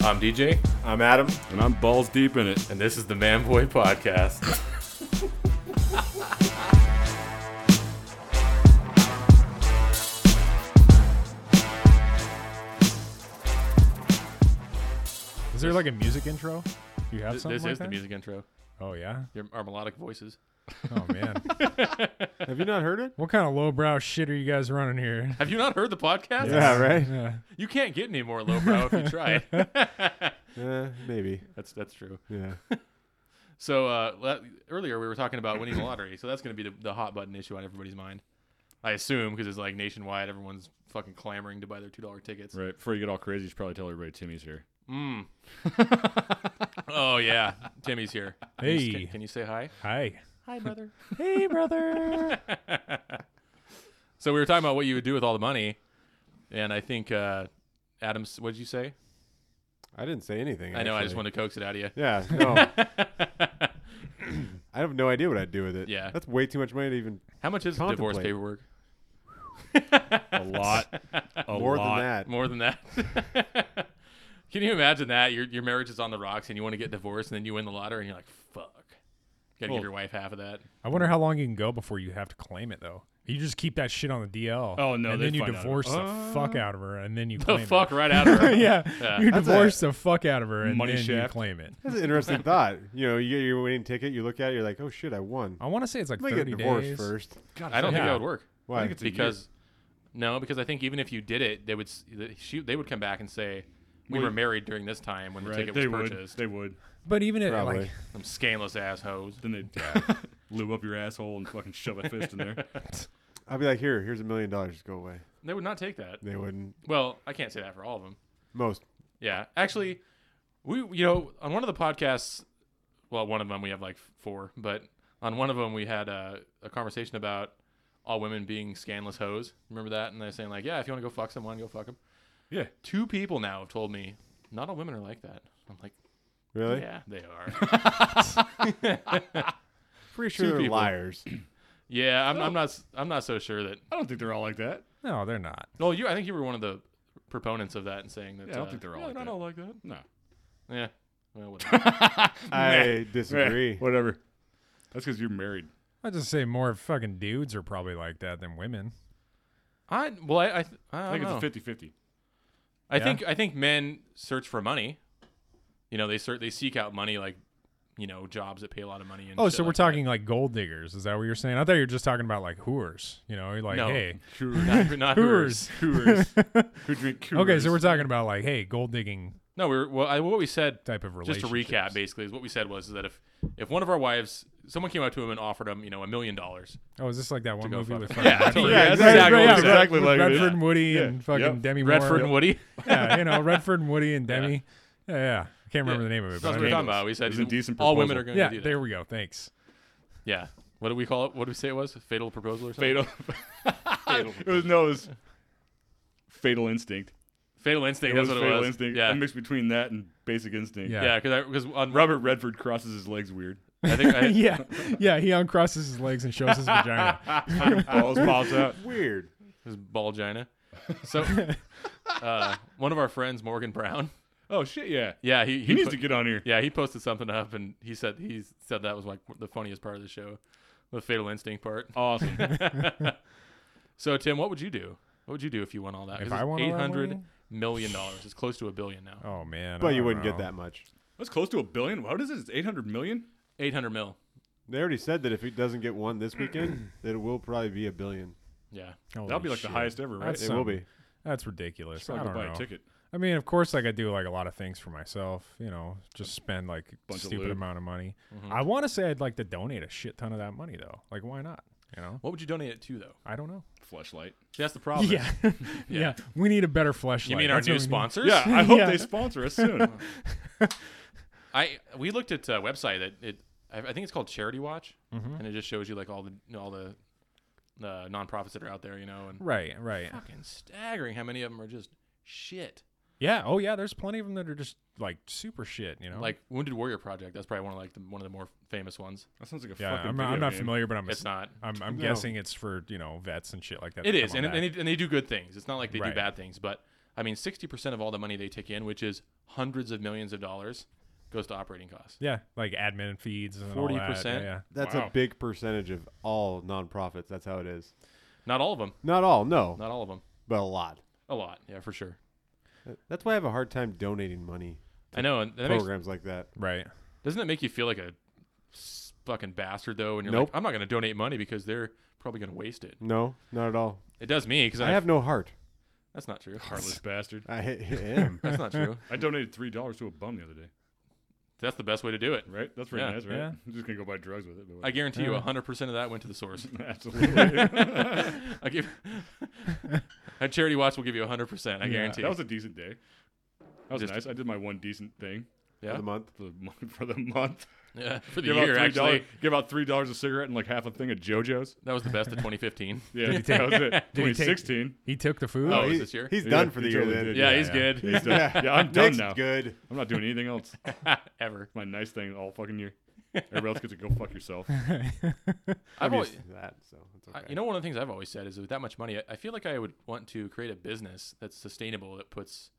I'm DJ, I'm Adam. And I'm balls deep in it. and this is the Man Boy Podcast. Is there like a music intro? Do you have this something like is the that? music intro. Oh yeah. Your, our melodic voices. Oh man. Have you not heard it? what kind of lowbrow shit are you guys running here? Have you not heard the podcast? Yeah, right. Yeah. You can't get any more lowbrow if you try. Eh, maybe. that's that's true. Yeah. So uh, le- earlier we were talking about winning the lottery, so that's going to be the, the hot button issue on everybody's mind. I assume because it's like nationwide, everyone's fucking clamoring to buy their two dollar tickets. Right. Before you get all crazy, you should probably tell everybody Timmy's here. Mm. oh yeah, Timmy's here. Can you s- Hey. can, can you say hi? Hi. Hi, brother. Hey brother. so we were talking about what you would do with all the money, and I think uh, Adams, what did you say? I didn't say anything. I know I just actually. wanted to coax it out of you. Yeah. No. I have no idea what I'd do with it. Yeah. That's way too much money to even How much is divorce Contemplate. paperwork? A lot. A more lot. than that. More than that. Can you imagine that your your marriage is on the rocks and you want to get divorced and then you win the lottery and you're like, fuck, gotta give Well- your wife half of that. I wonder how long you can go before you have to claim it though. You just keep that shit on the DL. Oh, no, And they'd then you find out. divorce the Uh, fuck out of her, and then you The claim fuck It. right out of her. yeah. Yeah. You That's divorce the fuck out of her, and Money then shaft. you claim it. That's an interesting thought. You know, you get your winning ticket, you look at it, you're like, oh shit, I won. I want to say it's like I'm going to thirty get divorced days. first. I don't think Yeah. that would work. Why? think it's a year. because no, because I think even if you did it, they would s- the- she they would come back and say we Well, were married during this time when the Right. ticket They was would. purchased. They would. But even it Probably. like Some scandalous assholes. Then they'd lube up your asshole and fucking shove a fist in there. I'd be like, here, here's a million dollars. Just go away. They would not take that. They wouldn't. Well, I can't say that for all of them. Most. Yeah, actually, we you know on one of the podcasts, well, one of them we have like four, but on one of them we had a, a conversation about all women being scandalous hoes. Remember that? And they're saying like, yeah, if you want to go fuck someone, go fuck them. Yeah. Two people now have told me not all women are like that. I'm like, Really? yeah, they are. Pretty sure Two they're people. liars. yeah, I'm, I'm No. not s- I'm not so sure that. I don't think they're all like that. no, they're not. Well, you I think you were one of the proponents of that and saying that. Yeah, I don't uh, think they're all yeah, like not that." all like that. No. Yeah. Well, whatever. I Eh, disagree. Whatever. That's because you're married. I just say more fucking dudes are probably like that than women. I well, I I, th- I, I, don't think know. it's a 50 50. I Yeah. think I think men search for money. You know, they search, they seek out money like, you know, jobs that pay a lot of money. And Oh, shit so we're like that. talking like gold diggers? Is that what you're saying? I thought you were just talking about like whores. You know, you're like No. hey, not, not hers. Coors. Who drink Coors? okay, so we're talking about like hey, gold digging No, we were, well, I, what we said. type of Just relationship. to recap, basically, is what we said was that if if one of our wives, someone came up to him and offered him, you know, a million dollars. Oh, is this like that one go movie fuck with it. fucking Yeah, Redford- yeah, yeah, that's exactly what yeah, it is. Exactly with like it is. Redford and Woody Yeah. and fucking Yep. Demi Moore. Redford and Woody. yeah, you know Redford and Woody and Demi. Yeah, yeah. I can't remember the name of it, That's what but we I were talking know- about. We It said was a decent all women proposal. are going to yeah, do that. there we go. Thanks. Yeah. What do we call it? What do we say it was? Fatal proposal or something? Fatal. it was, no, it was Fatal Instinct. Fatal instinct. It That's was what it Fatal was. Instinct. Yeah. A mix between that and Basic Instinct. Yeah. yeah. Because because on Robert Redford crosses his legs weird. I think I, yeah, yeah. He uncrosses his legs and shows his vagina. Balls pops out. Weird. his balgina. So uh, one of our friends, Morgan Brown. Oh shit! Yeah, Yeah, he, he, he needs put- to get on here. Yeah, he posted something up and he said he said that was like the funniest part of the show, the Fatal Instinct part. Awesome. So Tim, what would you do? What would you do if you won all that? If 'Cause I it's won all that money? million dollars. It's close to a billion now. Oh man, I But you don't wouldn't know. get that much. That's close to a billion. What is it? It's eight hundred million. Eight hundred mil. They already said that if it doesn't get one this weekend, that it will probably be a billion. Yeah. Holy That'll be like shit. the highest ever, right? That's- It will Some- be. That's ridiculous. I Probably don't buy know. a ticket. I mean, of course, like I do like a lot of things for myself. You know, just spend like a Bunch of stupid lube. amount of money. Mm-hmm. I want to say I'd like to donate a shit ton of that money though. Like, why not? You know, What would you donate it to though? I don't know. Flashlight. See, that's the problem. yeah. yeah, We need a better fleshlight. You mean our That's what new we need. sponsors? Yeah, I hope Yeah. they sponsor us soon. I we looked at a website that it I I think it's called Charity Watch, Mm-hmm. and it just shows you like all the all the the nonprofits that are out there, you know, and Right, right. fucking staggering how many of them are just shit. Yeah. Oh yeah. There's plenty of them that are just like super shit. You know, Like Wounded Warrior Project, that's probably one of like the, one of the more famous ones. That sounds like a yeah. fucking. I'm, video I'm not game. familiar, but I'm It's not. I'm, I'm No. guessing it's for you know vets and shit like that. It that is, come and, on and, back. they, and they do good things. It's not like they do Right. bad things, but I mean, sixty percent of all the money they take in, which is hundreds of millions of dollars goes to operating costs. Yeah, like admin feeds and all that. 40%? Yeah, That's Wow. a big percentage of all nonprofits. That's how it is. Not all of them. Not all, no, Not all of them. but a lot. A lot. Yeah, for sure. That's why I have a hard time donating money I know. And that makes, programs like that. right. doesn't that make you feel like a s- fucking bastard though? And you're Nope. like, I'm not going to donate money because they're probably going to waste it. No, not at all. It does me because I have no heart. That's not true. Heartless bastard. I am. That's not true. I donated three dollars to a bum the other day. That's the best way to do it. Right? That's pretty Yeah. nice, right? Yeah. I'm just gonna go buy drugs with it. But I guarantee you, Yeah. 100% of that went to the source. whatever. Absolutely. I give a charity watch will give you 100%. I Yeah. guarantee. that was a decent day. That was Just- nice. I did my one decent thing yeah. The month. for the month. For the month. yeah, for the Give year out $3, actually. give out three dollars a cigarette and like half a thing of JoJo's. That was the best of 2015. Yeah, that was it. Did he take- 2016. He took the food. Oh, he- is this year? He's Yeah, done for the he year totally then. did. yeah, Yeah, he's good. He's done. Yeah, I'm done Nick's now. good. I'm not doing anything else. Ever. My nice thing all fucking year. Everybody else gets to go fuck yourself. I've I'm always, used to that, so it's okay. I, you know, one of the things I've always said is with that much money, I, I feel like I would want to create a business that's sustainable that puts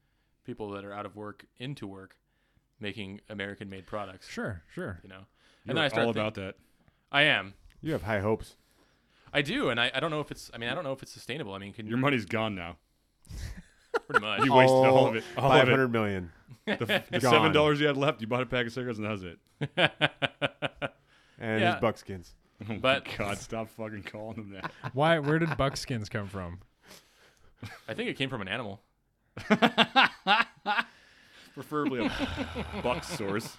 people that are out of work into work, making American-made products. sure, sure. You know, You're I all start think- about that. I am. you have high hopes. I do, and I, I don't know if it's. I mean, I don't know if it's sustainable. I mean, can Your money's gone now. pretty much. You wasted all of it. All Five of it. hundred million. The, the Gone. seven dollars you had left, you bought a pack of cigarettes, and that was it. and Yeah. his buckskins. Oh But- my God, stop fucking calling them that. Why? Where did buckskins come from? I think it came from an animal. Preferably a buck source.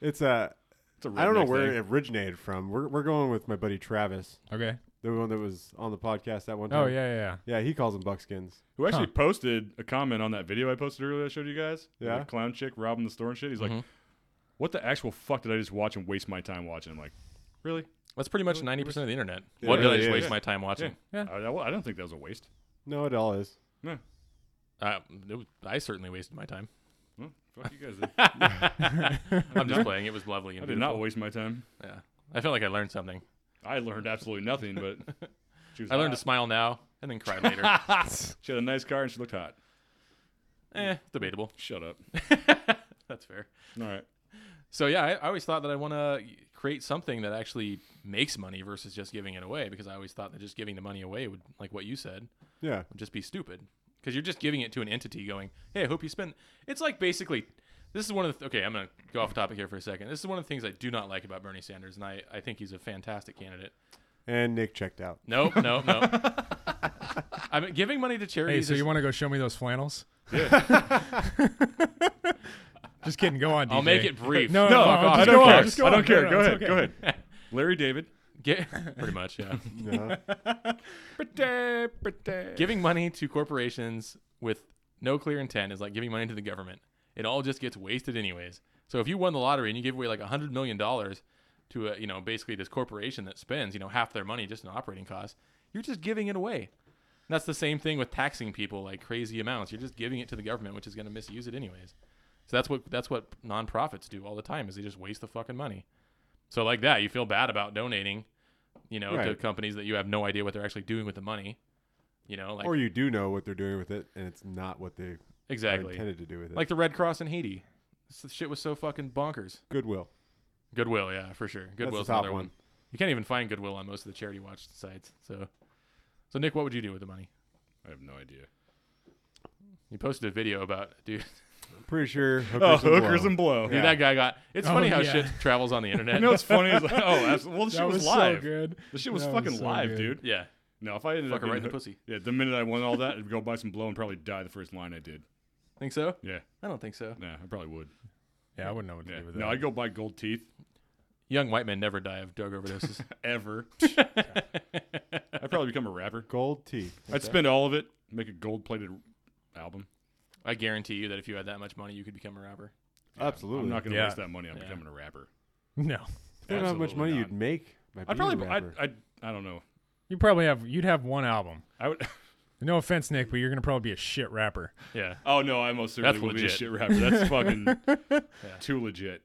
It's a. It's a I don't know redneck where thing. it originated from. We're we're going with my buddy Travis, Okay. the one that was on the podcast that one time. Oh yeah, yeah, yeah. Yeah, he calls them buckskins. Who actually Huh. posted a comment on that video I posted earlier I showed you guys? Yeah. The clown chick robbing the store and shit. He's like, Mhm. what the actual fuck did I just watch and waste my time watching? I'm like, really? That's pretty much ninety percent of the internet. Yeah, what it did I really just is. waste my time watching? I, I don't think that was a waste. No, it all is. Uh, it was- I certainly wasted my time. Well, fuck you guys. then. I'm just playing. It was lovely and I did not beautiful. waste my time. Yeah, I felt like I learned something. I learned absolutely nothing, but she was I learned to hot. smile now and then cry later. She had a nice car and she looked hot. eh, debatable. Shut up. That's fair. All right. So yeah, I, I always thought that I want to create something that actually makes money versus just giving it away because I always thought that just giving the money away would, like what you said, Yeah, would just be stupid because you're just giving it to an entity going, hey, I hope you spend. It's like basically, this is one of the, okay, I'm going to go off topic here for a second. This is one of the things I do not like about Bernie Sanders, and I, I think he's a fantastic candidate. and Nick checked out. Nope, nope, nope. I mean, giving money to Hey, charities. so is- you want to go show me those flannels? Just kidding. Go on. DJ. I'll make it brief. No, Fuck no, off. Oh, just I Just don't go on, care. just go on. No, no, I don't care. go it's ahead. okay. Go ahead. Larry David. Get, pretty much, yeah. Yeah. Pretty, pretty. giving money to corporations with no clear intent is like giving money to the government. It all just gets wasted anyways. So if you won the lottery and you give away like a hundred million dollars to a, you know basically this corporation that spends you know half their money just in operating costs, you're just giving it away. And that's the same thing with taxing people like crazy amounts. You're just giving it to the government, which is going to misuse it anyways. So that's what that's what nonprofits do all the time is they just waste the fucking money. So like that, you feel bad about donating, you know, to Right. companies that you have no idea what they're actually doing with the money. You know, like or you do know what they're doing with it, and it's not what they are Exactly. intended to do with it. Like the Red Cross in Haiti. This shit was so fucking bonkers. Goodwill. Goodwill, yeah, for sure. Goodwill's top another one. one. You can't even find Goodwill on most of the charity watch sites. So, so Nick, what would you do with the money? I have no idea. You posted a video about dude. I'm pretty sure. Hookers Oh, and blow. hookers and blow. dude, that guy got. It's Oh, funny how yeah. shit travels on the internet. You know what's funny is like, oh, absolutely. well, the shit That was, was so live. good. the shit was That was fucking so live, good. dude. yeah, No, if I ended fuck up her right in being the hook- pussy. yeah, the minute I won all that, I'd go buy some blow and probably die the first line I did. Think so? Yeah, I don't think so. nah, I probably would. Yeah, I wouldn't know what to Yeah. do with that. No, I'd go buy gold teeth Young white men never die of drug overdoses. ever. I'd probably become a rapper. Gold teeth. I'd spend all of it, make a gold plated album. I guarantee you that if you had that much money, you could become a rapper. Absolutely. I'm not gonna Yeah. waste that money on Yeah. becoming a rapper. no. Depending on how much Absolutely money not. you'd make. By I'd being a probably. I'd, rapper. I'd. I don't know. You probably have. You'd have one album. I would. No offense, Nick, but you're gonna probably be a shit rapper. Yeah. Oh no, I most certainly That's would legit. be a shit rapper. That's fucking too legit.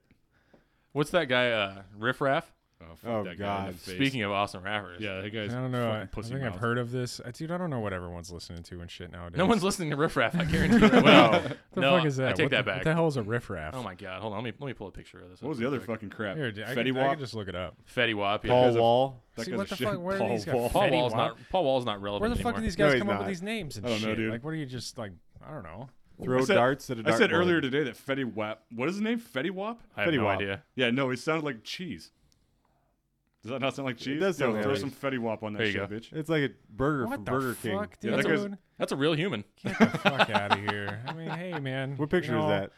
What's that guy? Uh, Riff Raff. Oh, fuck Oh, that guy in the God. face. Speaking of awesome rappers, yeah, that I guy's. don't know. fucking I, I pussy think I've mouth. heard of this, Uh, dude. I don't know what everyone's listening to and shit nowadays. no one's listening to Riff Raff. I guarantee. you. Wow. What What the no, fuck is that? I take what that the, back. What the hell is a riffraff? Oh my god, hold on. Let me let me pull a picture of this. What was the other fucking crap? Here, dude, I, Fetty could, I Wap. could just look it up. Fetty Wap. Yeah, Paul because of- Wall. That See, guy's what a the shit. fuck- where are Paul these guys Wall. from? Paul Fetty Wall's Wap. not. Paul Wall's not relevant Where the fuck anymore. do these No, guys he's come up not. with these names and I don't know, shit? dude. Like, what are you just like? I don't know. Throw I said- darts at a I said dartboard. earlier today that Fetty Wap. What is his name? Fetty Wap? I have Fetty no Wap. idea. Yeah, no, he sounded like cheese. Does that not sound like cheese? does Yo, sound like throw cheese. some Fetty Wap on that There you shit, go. bitch. It's like a burger What from the Burger King. fuck, Yeah, dude? that guy's- That's a real human. Get the fuck out of here. I mean, hey, man. What picture you know, is that?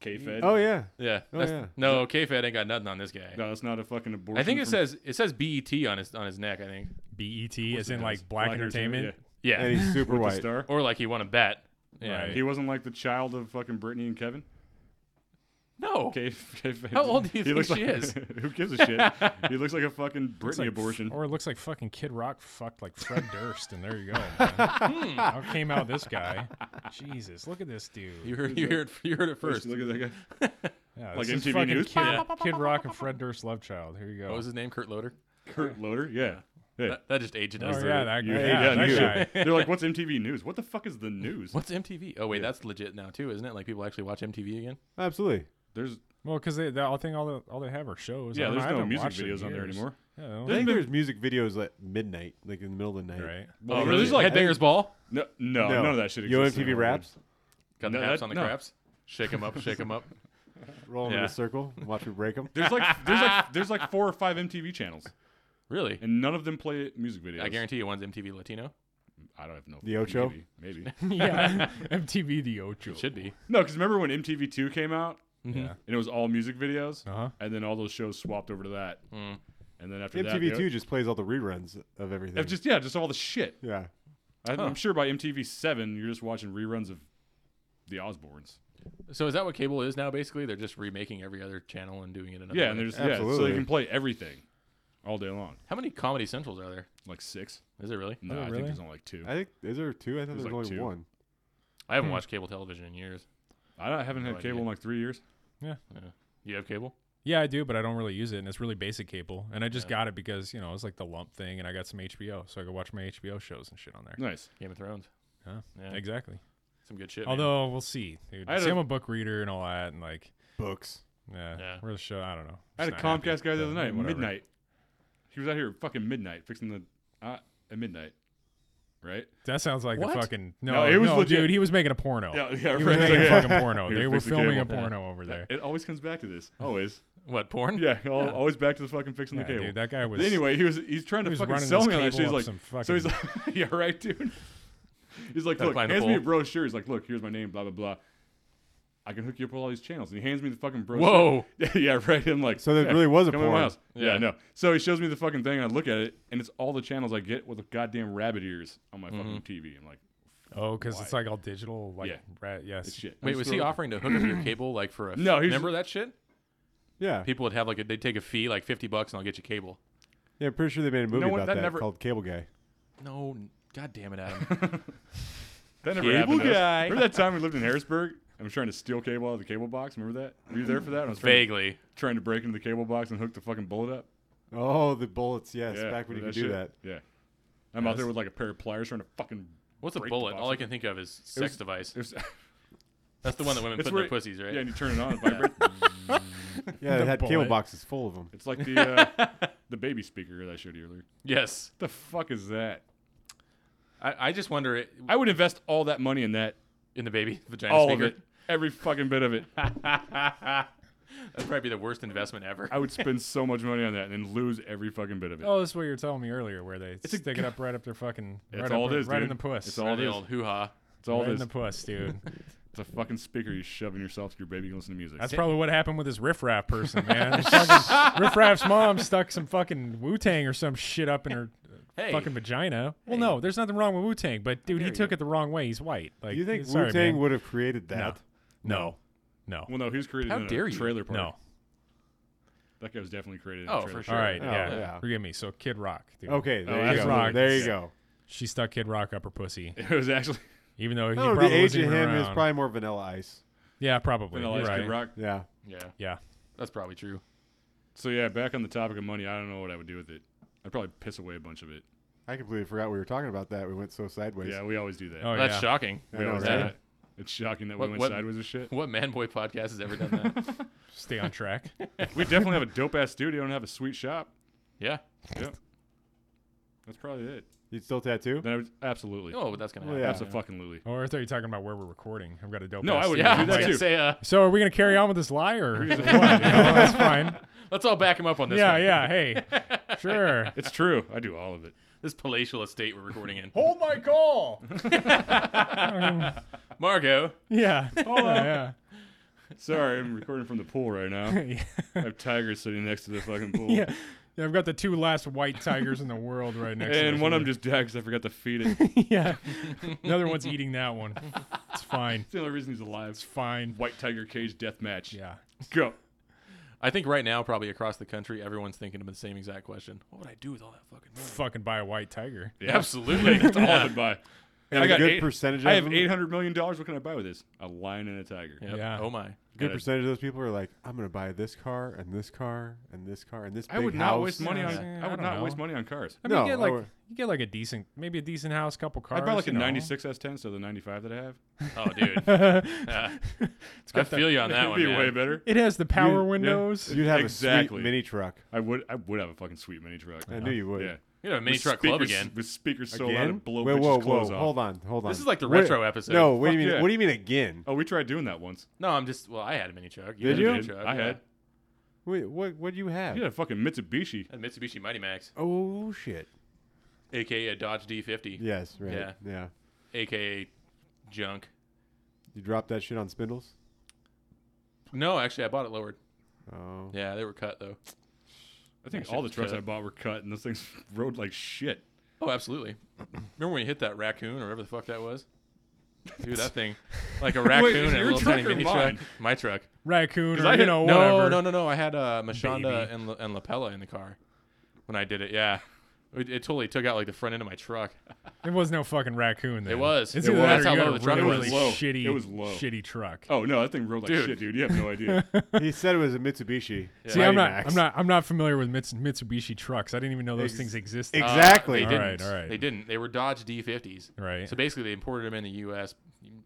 K Fed. Oh yeah, Yeah. Oh, that's- yeah. No, K-Fed ain't got nothing on this guy. No, that's not a fucking abortion. I think it from- says it says BET on his on his neck. I think. BET What's is it E in does? like black, entertainment. Yeah. and he's super yeah. With the white. star. or like he won a bet. Yeah. Right. He wasn't like the child of fucking Brittany and Kevin. No. K- K- Fed. How old do you He think looks she like- is? who gives a shit? he looks like a fucking Looks Britney like- abortion. Or it looks like fucking Kid Rock fucked like Fred Durst, and there you go. man. Out came out this guy. Jesus, look at this dude. You heard you heard you heard it first. Look at that guy. yeah, like this is MTV fucking News? Oh, Kid, Yeah. Kid Rock and Fred Durst love child. Here you go. What was his name? Kurt Loder. Kurt Loder. Yeah. Hey. That, that just aged Oh, us. yeah, that You- guy. hey, Yeah, yeah, that news. guy. They're like, what's MTV News? What the fuck is the news? What's MTV? Oh wait, that's legit now too, isn't it? Like people actually watch MTV again. Absolutely. There's Well, because they, they, I think all, the, all they have are shows. I yeah, don't know, there's I no haven't music watched it in videos on there years. anymore. Yeah, I no, think there's music videos at midnight, like in the middle of the night. right. Oh, Well, really? there's like- Headbangers Ball. No, no, No. none of that shit Yo, exists. MTV anymore. raps. Got No, the haps that- on the no. craps. Shake 'em up. Shake 'em up. Roll 'em in Yeah. a circle, and watch me break them. There's like there's like there's like four or five MTV channels, Really? and none of them play music videos. I guarantee you, one's MTV Latino. I don't have no. The Ocho? Maybe. maybe. yeah, MTV The Ocho. It should be. no, because remember when MTV Two came out Yeah. and it was all music videos, Uh huh. and then all those shows swapped over to that, Mm. and then after that, MTV the- Two just plays all the reruns of everything. uh, just yeah, just all the shit. yeah. I, Huh. I'm sure by MTV Seven, you're just watching reruns of the Osbournes. So is that what cable is now? Basically, they're just remaking every other channel and doing it another. Yeah, and way? there's yeah, so Absolutely. they can play everything all day long. how many Comedy Centrals are there? Like six? Is it really? No, Oh, I really? think there's only like two. I think is there two? I thought there's, There's like only two. one. I Hmm. haven't watched cable television in years. I, don't- I haven't had No cable idea. in like three years. You have cable? Yeah, I do, but I don't really use it, and it's really basic cable. And I just got it because you know it's like the lump thing, and I got some HBO, so I could watch my HBO shows and shit on there. Nice. Game of Thrones. Yeah, Yeah. exactly. Some good shit. man. Although we'll see, dude. I had See, a- I'm a book reader and all that, and like, Books. yeah, Yeah. we're the show. I don't know. I had a Just not happy, Comcast guy the so, other night, whatever. midnight. He was out here at fucking midnight fixing the uh, at midnight, right? That sounds like What? the fucking no. No, it was no, legit. dude. He was making a porno. yeah, He was making a fucking porno. Here, they were fix the filming a cable. porno over there. It always comes back to this. Always. what porn? Yeah, al- always back to the fucking fixing Yeah, the cable. dude, that guy was. anyway, he was he's trying he to was fucking running sell this me on that cable shit. He's up like, some fucking. so he's like, yeah, right, dude. He's like, Gotta look, find the hands me a pole. brochure. He's like, look, here's my name, blah blah blah. I can hook you up with all these channels, and he hands me the fucking brochure. Whoa. Yeah, yeah, right. I'm like, So there yeah, really was a come in my porn. house. Yeah. Yeah. no. So he shows me the fucking thing. I look at it, and it's all the channels I get with the goddamn rabbit ears on my Mm-hmm. fucking TV. I'm like, oh, because it's like all digital, like Yeah. rat, yes. it's shit. Wait, was he offering to hook up your cable like for a? No, he's- remember that shit? Yeah. People would have like a, they'd take a fee like fifty bucks and I'll get you cable. Yeah. I'm pretty sure they made a movie know what? about That that never- called Cable Guy. No, n- god damn it, Adam. That never Cable happened. to us. guy. Remember that time we lived in Harrisburg? I was trying to steal cable out of the cable box. Remember that? Were you there for that? I was trying, Vaguely. trying to break into the cable box and hook the fucking bullet up. Oh, the bullets. Yes. yeah, back when you could remember do that. shit? Yeah. I'm out there with like a pair of pliers trying to fucking. What's a break the bullet? box All I up. can think of is sex was- device. It was- That's the one that women It's put in where their it- pussies, right? yeah, and you turn it on. It vibrates. Yeah. The They had cable bullet. boxes full of them. It's like the uh, the baby speaker that I showed you earlier. Yes. The fuck is that? I, I just wonder it, I would invest all that money in that. in the baby vagina all speaker. of it. Every fucking bit of it. That'd probably be the worst investment ever. I would spend so much money on that and then lose every fucking bit of it. Oh, that's what you were telling me earlier, where they a stick it up right up their fucking. That's right all up, it is, Right in dude. the puss. It's all the this. old hoo ha. It's all right this. in the puss, dude. It's a fucking speaker you shoving yourself to your baby and listen to music. That's probably what happened with this riff raff person, man. fucking, riff raff's mom stuck some fucking Wu Tang or some shit up in her Hey. fucking vagina. Well, no, there's nothing wrong with Wu Tang, but dude, he dare took you. it the wrong way. He's white. Like, Do you think sorry, Wu Tang man. would have created that? No, no, well, no, he was created How in a dare you. trailer park. no. That guy was definitely created in Oh, a trailer for park. sure. All right, Oh, yeah. yeah. Forgive me. So Kid Rock. Dude. Okay. There you Kid go. Rock. There you Yeah. go. She stuck Kid Rock up her pussy, It was actually even though he No, probably the age wasn't of even him is around. probably more Vanilla Ice. yeah, probably. Vanilla You're Ice right. Kid Rock. Yeah. Yeah, Yeah. that's probably true. So yeah, back on the topic of money, I don't know what I would do with it. I'd probably piss away a bunch of it. I completely forgot we were talking about that. We went so sideways. Yeah, we always do that. Oh, That's yeah. shocking. I we know, always right? do that. It's shocking that What- we went what- sideways with shit. What man boy podcast has ever done that? Stay on track. we definitely have a dope ass studio and have a sweet shop. yeah. That's probably it. You'd still tattoo? Then I would, absolutely, Oh, but that's gonna Well, happen. yeah. absolutely. or Oh, I thought you were talking about where we're recording. I've got a dope. No, ass I would idea. Yeah, I do was that gonna too. say, uh, So are we gonna carry on with this lie or? Here's what? the- You know, that's fine. let's all back him up on this. yeah, one. yeah. Hey, sure. It's true. I do all of it. This palatial estate we're recording in. Hold my call. Margot, yeah. yeah. Sorry, I'm recording from the pool right now. Yeah. I have tigers sitting next to the fucking pool. yeah. Yeah, I've got the two last white tigers in the world right next to And each one of other. them just died because I forgot to feed it. yeah. Another one's eating that one. It's fine. It's the only reason he's alive. It's fine. White tiger cage death match. Yeah. Go. I think right now, probably across the country, everyone's thinking of the same exact question. What would I do with all that fucking money? Fucking buy a white tiger. Yeah. Absolutely. That's all I could buy. And I a got good eight- percentage of I have them- eight hundred million dollars. What can I buy with this? A lion and a tiger. Yep. Yeah. Oh my. Good Gotta- percentage of those people are like, I'm going to buy this car and this car and this car and this I big would house. not waste money on. Yeah, I I would don't not know. waste money on cars. I mean, No, you get I like would- you get like a decent, maybe a decent house, couple cars. I'd buy like a you know. '96 S10 so the '95 that I have. Oh, dude. Yeah. I got that- feel you on that That'd one. be man. way better. It has the Yeah, power yeah. windows. You'd have a Exactly. sweet mini truck. I would. I would have a fucking sweet mini truck. I knew you would. Yeah. You know, a mini With truck club speakers- again. With speakers so loud Again? it blow whoa, bitches' whoa, clothes whoa. off. Hold on, hold on. This is like the Wait- retro episode. No, what do Fuck you mean? yeah. What do you mean again? Oh, we tried doing that once. No, I'm just. Well, I had a mini truck. Did had a you? mini truck, I yeah. had. Wait, what? What do you have? You had a fucking Mitsubishi. a Mitsubishi Mighty Max, Oh shit. aka a Dodge D50, Yes. Right. Yeah. yeah. aka junk. You dropped that shit on spindles. No, actually, I bought it lowered. Oh. Yeah, they were cut though. I think Actually, all the trucks cut. I bought were cut, and those things rode like shit. Oh, absolutely. Remember when you hit that raccoon or whatever the fuck that was? Dude, that thing, like a raccoon and a your little truck tiny or mini mine? truck. My truck. Raccoon 'Cause or I you hit- know no, whatever. no, no, no. I had uh, Mashonda Baby. and, La- and Lapella in the car when I did it. Yeah, it, it totally took out like the front end of my truck. Uh, It was no fucking raccoon. Then. was. It's It either was. that That's or how you low got a the truck really was. It was low. shitty, It was low. shitty truck. Oh no, that thing rode like Dude. shit, dude. You have no idea. He said it was a Mitsubishi. Yeah. See, Mighty I'm not, Max. I'm not, I'm not familiar with Mits- Mitsubishi trucks. I didn't even know those Ex- things existed. ex- Uh, Exactly. they All didn't. right, all right. They didn't. They were Dodge D50s. right, So basically, they imported them in the U.S.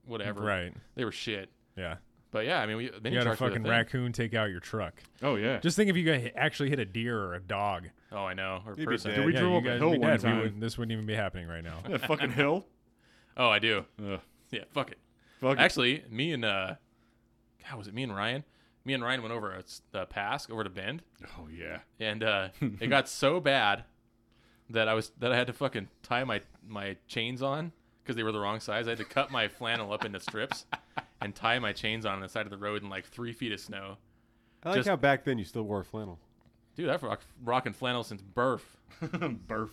Whatever. right. They were shit. Yeah, But yeah, I mean, we mini you had a trucks were the fucking thing. raccoon take out your truck. Oh yeah. Just think if you got hit, actually hit a deer or a dog. Oh, I know. Or a You'd be person. dead. We yeah, drove you up a guys hill would be one dead. We time. wouldn't- this wouldn't even be happening right now. that fucking hill. Oh, I do. Ugh. Yeah, fuck it. Fuck it. Actually, me and uh, God, was it me and Ryan? Me and Ryan went over a s- the pass over to Bend, Oh yeah. and uh, it got so bad that I was that I had to fucking tie my my chains on because they were the wrong size. I had to cut my flannel up into strips and tie my chains on, on the side of the road in like three feet of snow. I like just- how back then you still wore flannel. Dude, I've rock, rocking flannel since birth. Burf.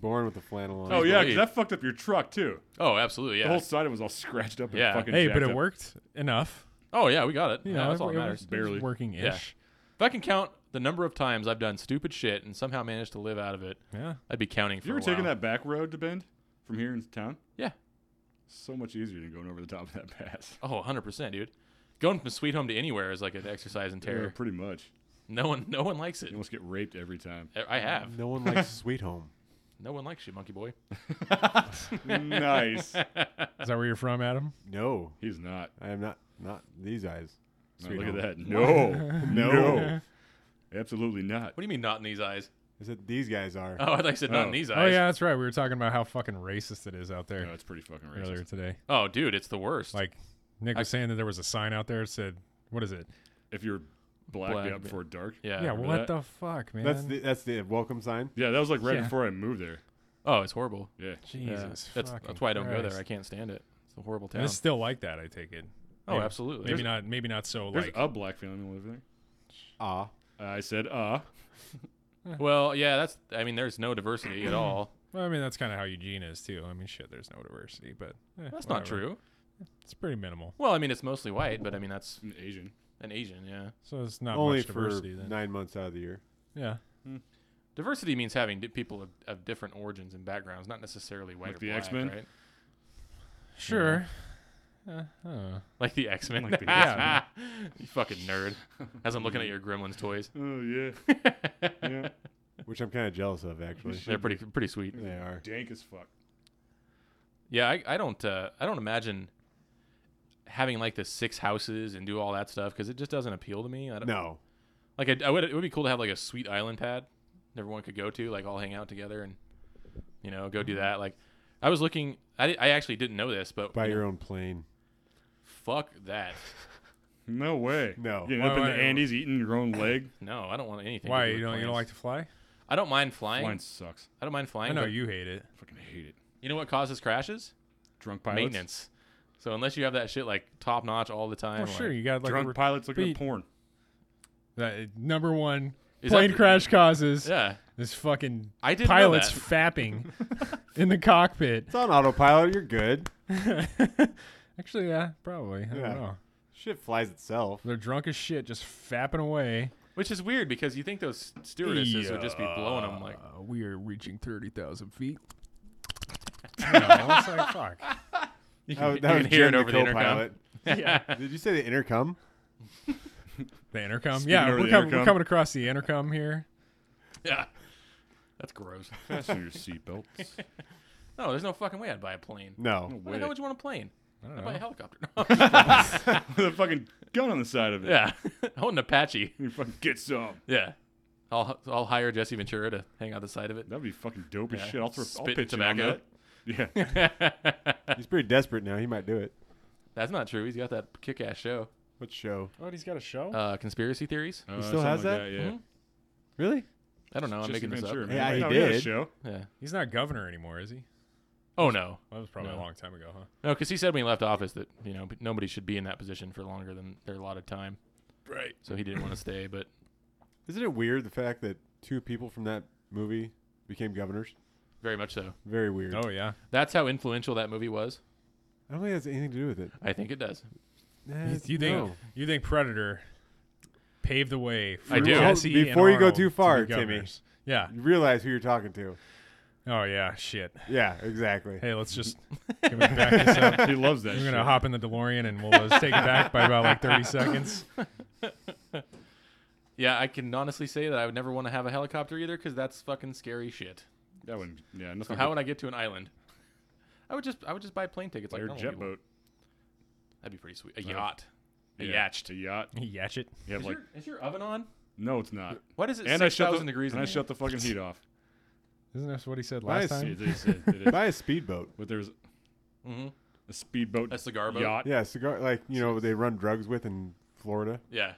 Born with a flannel on. Oh yeah, 'cause believe. that fucked up your truck too. Oh, absolutely, The yeah. whole side of it was all scratched up and Yeah. fucking Hey, but jacked it up. worked enough. Oh yeah, we got it. You yeah, know, that's it, all that it was- matters. it was Barely. working-ish. If I can count the number of times I've done stupid shit and somehow managed to live out of it, yeah. I'd be counting for. You a ever taking while. that back road to Bend from here in town? Yeah. So much easier than going over the top of that pass. Oh, 100 percent, dude. Going from sweet home to anywhere is like an exercise in Yeah, terror. pretty much. No one, no one likes it. You almost get raped every time. I have. No one likes Sweet Home. No one likes you, monkey boy. nice. Is that where you're from, Adam? No, He's not. I am not. Not these eyes. Oh, No, Sweet look Home. at that. No. No. no. Absolutely not. What do you mean not in these eyes? I said these guys are. Oh, I thought you said not in Oh. these eyes. Oh yeah, that's right. We were talking about how fucking racist it is out there No, it's pretty fucking racist. earlier today. Oh, dude, it's the worst. Like Nick was saying that there was a sign out there that said, "What is it?" If you're blacked Black- out before dark. yeah. yeah, what that. the fuck, man? that's the that's the welcome sign. Yeah, that was like right Yeah. before I moved there. Oh, it's horrible. Yeah. Yeah. Jesus. That's fucking that's why I don't go Christ. there. I can't stand it. It's a horrible And town. it's still like that. I take it. Oh, Maybe- absolutely. Maybe There's- not. Maybe not so There's like. a black family over there. Ah, I said, uh. Well, yeah, that's. I mean, there's no diversity at all. Well, I mean, that's kind of how Eugene is too. I mean, shit. There's no diversity, but eh, That's not whatever. true. It's pretty minimal. Well, I mean, it's mostly white, but I mean, that's an Asian. an Asian. Yeah. So it's not only much for diversity then. nine months out of the year. Yeah. Diversity means having di- people of, of different origins and backgrounds, not necessarily white Like or the black, X-Men? right? Sure. Uh, huh. Like the X Men. Like the you fucking nerd. As I'm looking at your Gremlins toys. Oh yeah, yeah. which I'm kind of jealous of actually. They're pretty pretty sweet. They are. Dank as fuck. Yeah, I, I don't uh, I don't imagine having like the six houses and do all that stuff because it just doesn't appeal to me. I don't, No, Like I, I would it would be cool to have like a sweet island pad that everyone could go to, like all hang out together and you know go do that. Like I was looking, I, di- I actually didn't know this, but buy you know, your own plane. fuck that. No way. No. Getting Why- up in why- the Andes, eating your own leg. No, I don't want anything. to Why do you with don't you don't planes. like to fly? I don't mind flying. Flying sucks. I don't mind flying. I know but you hate it. I fucking hate it. you know what causes crashes? Drunk pilots. Maintenance. So unless you have that shit like top notch all the time, Well, like- sure, you got like a Drunk re- pilots looking but- at porn. that, number one Is plane that- crash causes Yeah, this fucking I didn't know pilots that. fapping in the cockpit. It's on autopilot. You're good. Actually, yeah, probably. I Yeah. don't know. Shit flies itself. They're drunk as shit, just fapping away. which is weird because you think those stewardesses would just be blowing them like. Uh, we are reaching thirty thousand feet. you know, it's like fuck. You That, was- you that was hear it Jim, over the intercom. co-pilot. Did you say the intercom? The intercom. Speaking yeah, over we're, the com- we're intercom. coming across the intercom here. Yeah, that's gross. Fasten your seatbelts. No, there's no fucking way I'd buy a plane. No No. Why way. the hell would you want a plane? I I'd don't buy a know. helicopter. With a fucking gun on the side of it. yeah, I want an Apache. You fucking get some. Yeah, I'll I'll hire Jesse Ventura to hang out the side of it. That'd be fucking dope Yeah. as shit. I'll throw. I'll Spit pitch in on tobacco. that. Yeah. He's pretty desperate now. He might do it. That's not true. He's got that kick-ass show. What show? Oh, he's got a show. Uh, conspiracy theories. Uh, still something has like that? Yeah. Mhm. Really? I don't know. I'm Just making this up. adventure, man. Yeah, he No, had a did. Show. Yeah. he's not governor anymore, is he? Oh no. Well, that was probably No. a long time ago, huh? No, because he said when he left office that you know nobody should be in that position for longer than their allotted time. Right. So he didn't want to stay. But Isn't it weird the fact that two people from that movie became governors? very much so. Very weird. Oh yeah, That's how influential that movie was. I don't think it has anything to do with it. I think it does. Nah, you think Uh, no. you think Predator paved the way? For I do. Jesse and Before you go Arnold too to be far, Timmy. governors? Yeah. You realize who you're talking to. Oh yeah. Shit. Yeah, exactly. Hey, let's just can we back this up. He loves that. We're shit. gonna hop in the DeLorean and we'll uh, just take it back by about like 30 seconds. Yeah, I can honestly say that I would never want to have a helicopter either because that's fucking scary shit. That one. Yeah. So Nothing. how would I get to an island? I would just I would just buy plane tickets like your normal jet people. boat? That'd be pretty sweet. A Yeah. yacht. A Yeah, yacht. A yacht. Yatchet. You have Is, like. your, is your oven on? No, it's not. What is it? And I Six shut the thousand degrees. And in I here? shut the fucking heat off. Isn't that what he said Nice. last time? It is, it is. Buy a speedboat. But there's Mhm. a speedboat. A cigar boat. Yacht. Yeah, cigar like you know they run drugs with in Florida. Yeah.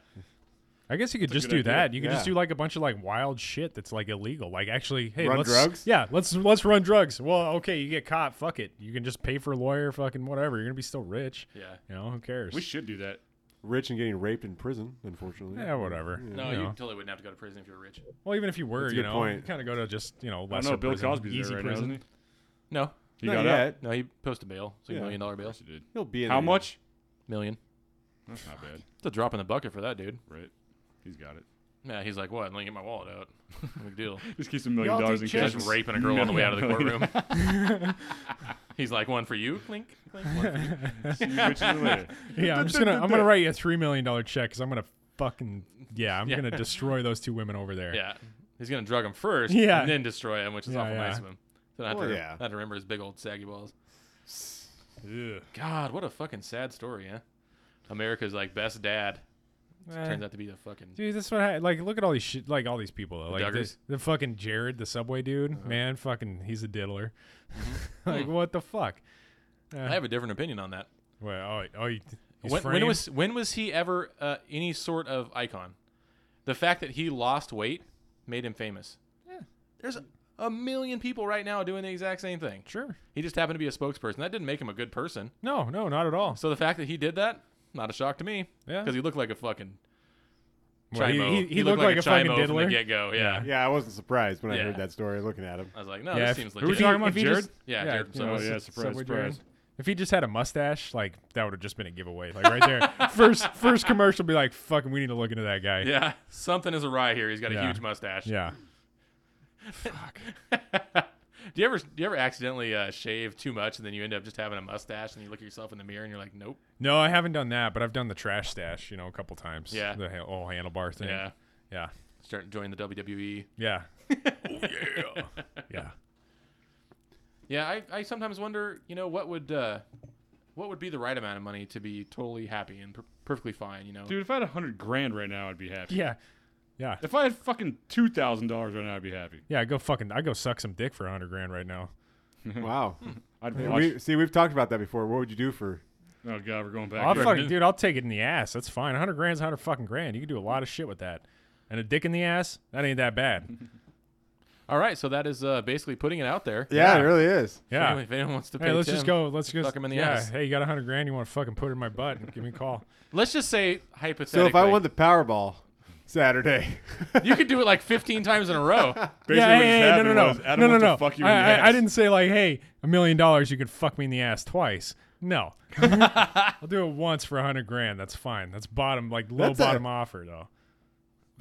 I guess you could That's a just do good idea. that. You could just Yeah. do like a bunch of like wild shit that's like illegal. Like actually, hey, Run let's, drugs? Yeah, let's let's run drugs. Well, okay, you get caught. Fuck it. You can just pay for a lawyer. Fucking whatever. You're gonna be still rich. Yeah. You know who cares? We should do that. Rich and getting raped in prison, unfortunately. yeah, whatever. No, you you know. totally wouldn't have to go to prison if you were rich. Well, even if you were, That's a you good know, point. kind of go to just you know I lesser know Bill prison, Cosby's easy there right prison. now, isn't No. he? He Not got yet. out. No, he posted bail. It's like Yeah. a million dollar bail. Yes, he did. He'll be in How there. much? Million. That's not bad, It's a drop in the bucket for that dude. right? He's got it. Yeah, he's like, what? Let me get my wallet out. No Big deal. Just keeps a million Y'all do dollars in checks. cash. Just raping a girl on the way out of the courtroom. he's like, one for you, clink, clink, one for you. See you bitches later. Yeah, I'm just gonna I'm gonna write you a three million dollar check because I'm gonna fucking yeah I'm Yeah. gonna destroy those two women over there. Yeah. He's gonna drug him first Yeah. and then destroy him, which is Yeah, awful yeah. nice of him. So I have, Well, to, yeah. not to remember his big old saggy balls. God, what a fucking sad story, huh? America's like best dad. Eh. Turns out to be the fucking Dude, that's what I like. Look at all these shit. Like all these people though. Like Duggars? Uh-huh. the, the fucking Jared, the subway dude. Man, fucking, he's a diddler. Mm-hmm. like what the fuck? I have a different opinion on that. Well, oh, oh you, he's When, when framed? was when was he ever uh, any sort of icon? The fact that he lost weight made him famous. There's a, a million people right now doing the exact same thing. sure? He just happened to be a spokesperson. That didn't make him a good person. No, no, not at all. So the fact that he did that, not a shock to me. Yeah. Because he looked like a fucking Well, he, Chimo. he- he looked, like, a Chimo fucking from the diddler. get go. Yeah. Yeah, I wasn't surprised when Yeah. I heard that story looking at him. I was like, no, Yeah, Oh, this if- seems who legit. Who are we talking about? If he Jared? just- Yeah, Jared from you know, Subway. Oh, yeah, surprise, Subway Jared. surprise. If he just had a mustache, like that would have just been a giveaway. Like right there, first first commercial, be like, "Fucking, we need to look into that guy." yeah, something is awry here. He's got a Yeah. huge mustache. Yeah. Do you ever do you ever accidentally uh, shave too much and then you end up just having a mustache and you look at yourself in the mirror and you're like, nope. No, I haven't done that, but I've done the trash stash, you know, a couple times. Yeah. The ha- old handlebar thing. Yeah. Yeah. Start joining the E. WWE. Yeah. yeah. Yeah. Yeah, I, I sometimes wonder, you know, what would uh, what would be the right amount of money to be totally happy and per- perfectly fine, you know? Dude, if I had a hundred grand right now, I'd be happy. Yeah. Yeah. If I had fucking two thousand dollars right now, I'd be happy. Yeah. Go fucking. I go suck some dick for a hundred grand right now. Mm-hmm. Wow. I'd Hey, watch. we, see, we've talked about that before. What would you do for? oh god, we're going back. I'll here. fucking, dude. I'll take it in the ass. That's fine. A hundred grand's a hundred fucking grand. You can do a lot of shit with that. And a dick in the ass, that ain't that bad. All right, so that is uh, basically putting it out there. Yeah, Yeah. it really is. If Yeah. anyone, if anyone wants to pay Hey, let's Tim, just go. Let's just Suck 'em in the yeah. ass. Hey, you got a hundred grand? You want to fucking put it in my butt? and Give me a call. Let's just say So hypothetically. if I won the Powerball Saturday, you could do it like 15 times in a row. Basically yeah, what hey, just hey, no, happened no, no, was Adam no, no, wants no. to fuck you I, in the I- ass. I didn't say like, hey, a million dollars, you could fuck me in the ass twice. No, I'll do it once for a hundred grand. That's fine. That's bottom, like low That's a- bottom offer though.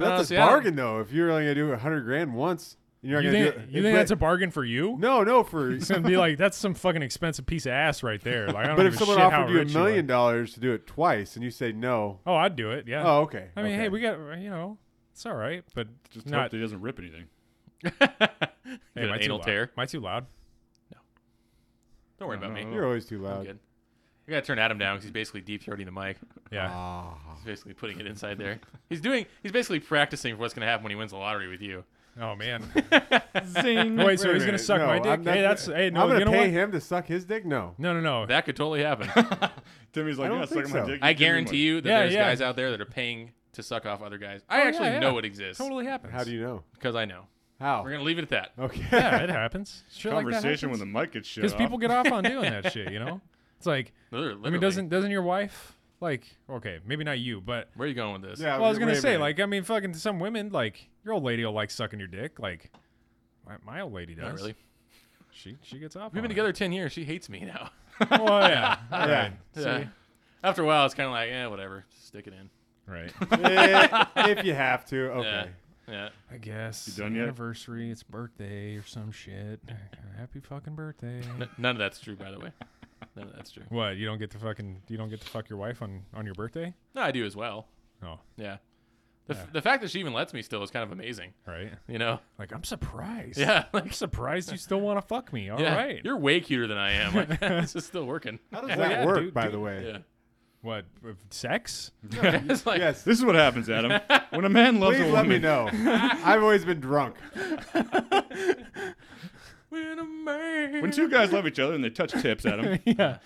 Uh, that's see, a I don't- bargain though. If you're only gonna do a hundred grand once, and you're not You gonna think, do it. you think but- that's a bargain for you? no, no for. It's gonna be like that's some fucking expensive piece of ass right there. Like, I don't but if give someone shit how offered you a rich million are. dollars to do it twice, and you say no, oh, I'd do it. Yeah. oh okay. I mean, okay. hey, we got you know, it's all right, but Just not. hope that he doesn't rip anything. Do Hey, an am I too anal loud? tear. Am I too loud? Don't worry No, about no, me. no. You're always too I'm loud. good. I gotta turn Adam down because he's basically deep throating the mic. Yeah. Ah. He's basically putting it inside there. He's doing. He's basically practicing for what's gonna happen when he wins the lottery with you. oh man. Zing. Wait, so Wait a he's gonna minute, suck no, my I'm dick? not- hey, that's hey. No, I'm gonna you know pay what? him to suck his dick. No. No, no, no. That could totally happen. Timmy's like, I don't yeah, think suck my so. dick. I give me guarantee money." you that Yeah, there's yeah. guys out there that are paying to suck off other guys. I Oh, yeah, actually yeah. know it exists totally happens. How do you know? because I know. How? We're gonna leave it at that. okay. yeah, it happens. Shit like that Conversation happens. when the mic gets shut because off. people get off on doing that shit. You know, it's like Literally, I mean, doesn't doesn't your wife like? Okay, maybe not you, but Where are you going with this? Yeah. well, I was wait gonna a say minute. like I mean, fucking some women like your old lady will like sucking your dick. Like my, my old lady does. Not really. She she gets off. We've on been together ten years. She hates me now. It. Well, yeah. All Yeah. right. Yeah. After a while, it's kind of like, eh, whatever. Stick it in. Right. Eh, if you have to, okay. Yeah. I guess. You done yet? Anniversary. It's birthday or some shit. Happy fucking birthday. N- none of that's true, by the way. None of that's true. what? You don't get to fucking. You don't get to fuck your wife on on your birthday. No, I do as well. Oh, Yeah. The, f- Yeah. the fact that she even lets me still is kind of amazing. right. You know? Like I'm surprised. Yeah. I'm surprised you still want to fuck me. All yeah. right. You're way cuter than I am. Like, this is still working. How Yeah. does that yeah, work, dude, by dude. the way? Yeah. What? with Sex? it's like, Yes. This is what happens, Adam. When a man loves Please a let woman, me know. I've always been drunk. when a man. when two guys love each other and they touch tips, Adam, yeah.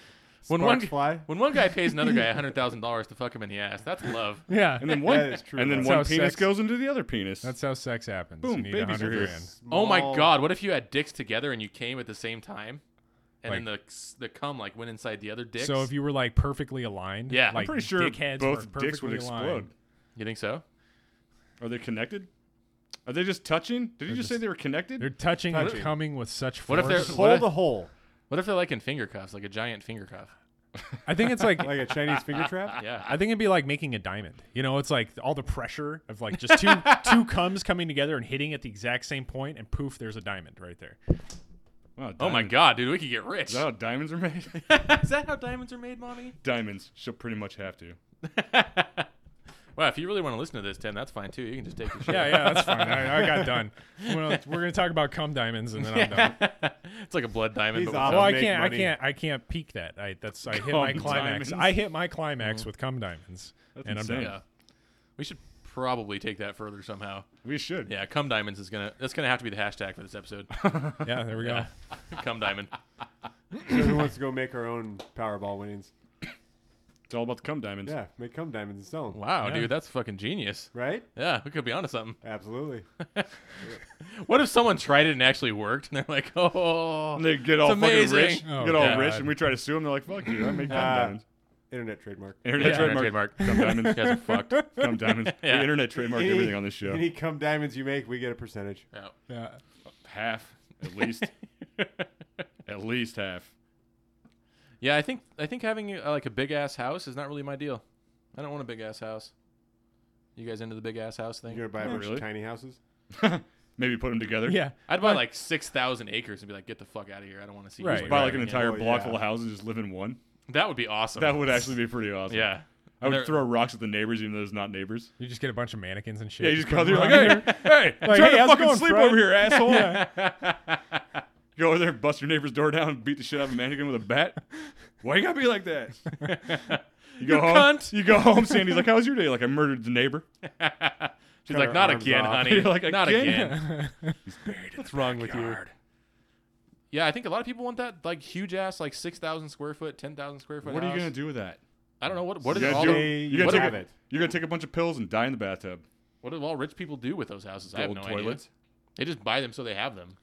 When Sparks one- fly. When one guy pays another guy $100,000 to fuck him in the ass, that's love. Yeah. and then one, That is true. and then That's one how penis sex- goes into the other penis. That's how sex happens. Boom, You need babies are 100 here. grand. Oh my Small- God. What if you had dicks together and you came at the same time? And then the, the cum like went inside the other dicks. So if you were like perfectly aligned, Yeah. I'm like pretty sure dickheads both were dicks would perfectly aligned. explode. you think so? Are they connected? Are they just touching? Did you just, say just- they were connected? They're touching, Touching. and coming with such What force. if they're- Hole What? the hole. What if they're like in finger cuffs, like a giant finger cuff? I think it's like Like a Chinese finger trap? Yeah. I think it'd be like making a diamond. You know, it's like all the pressure of like just two two cums coming together and hitting at the exact same point, and poof, there's a diamond right there. Wow, Oh my diamond- God, dude, we could get rich. Is that how diamonds are made? Is that how diamonds are made, mommy? diamonds. She'll pretty much have to. Well, if you really want to listen to this, Tim, that's fine too. You can just take your shit. Yeah, yeah, that's fine. I, I got done. We're gonna, we're gonna talk about cum diamonds, and then I'm done. it's like a blood diamond. He's but off. without- Well, I make can't, money. I can't, I can't peak that. I that's I hit my Cum climax. diamonds. Mm-hmm. I hit my climax with cum diamonds, That's and insane. I'm done. yeah. We should probably take that further somehow. We should. Yeah, cum diamonds is gonna. That's gonna have to be the hashtag for this episode. Yeah, there we Yeah. go. cum diamond. So who wants to go make our own Powerball winnings? It's all about the cum diamonds. Yeah, make cum diamonds and sell 'em. Wow, Yeah. dude, that's fucking genius. Right? Yeah, we could be onto something. Absolutely. What if someone tried it and actually worked, and they're like, oh, And they get all fucking amazing. rich, Oh, Ah. get all God. rich, and we try to sue them. They're like, "Fuck you! I make cum Uh, diamonds." Internet trademark. Internet Yeah, trademark. trademark. Cum You diamonds. guys are fucked. cum diamonds. Yeah. We internet trademark Any- everything on this show. Any cum diamonds you make, we get a percentage. Yeah. Yeah. half, at least. at least half. Yeah, I think I think having uh, like a big ass house is not really my deal. I don't want a big ass house. You guys into the big ass house You're thing? Oh, going to buy a Not bunch really. of tiny houses? Maybe put them together. Yeah. I'd buy like six thousand acres and be like, get the fuck out of here. I don't want to see. you Right. like Buy like that an again." entire Oh, block yeah. full of houses, just live in one. That would be awesome. That would actually be pretty awesome. Yeah. I would They're- throw rocks at the neighbors, even though there's not neighbors. You just get a bunch of mannequins and shit. Yeah, you just put go through them like, around hey, hey, I'm Like, trying hey, to how's it fucking going, sleep Fred? over here, asshole. Go over there, bust your neighbor's door down, beat the shit out of a mannequin with a bat. Why you gotta be like that? You go You home. cunt. You go home. Sandy's like, "How was your day?" Like, I murdered the neighbor. She's Cut like, her not arms again, off." honey. You're like, not "Again?" again. What's wrong with you? Yeah, I think a lot of people want that like huge ass, like six thousand square foot, ten thousand square foot. What are you house. gonna do with that? I don't know what what You is gotta all do- the- They you gotta what take do- have it. You're gonna take a bunch of pills and die in the bathtub. what do all rich people do with those houses? I have Gold no toilets. idea. They just buy them so they have them.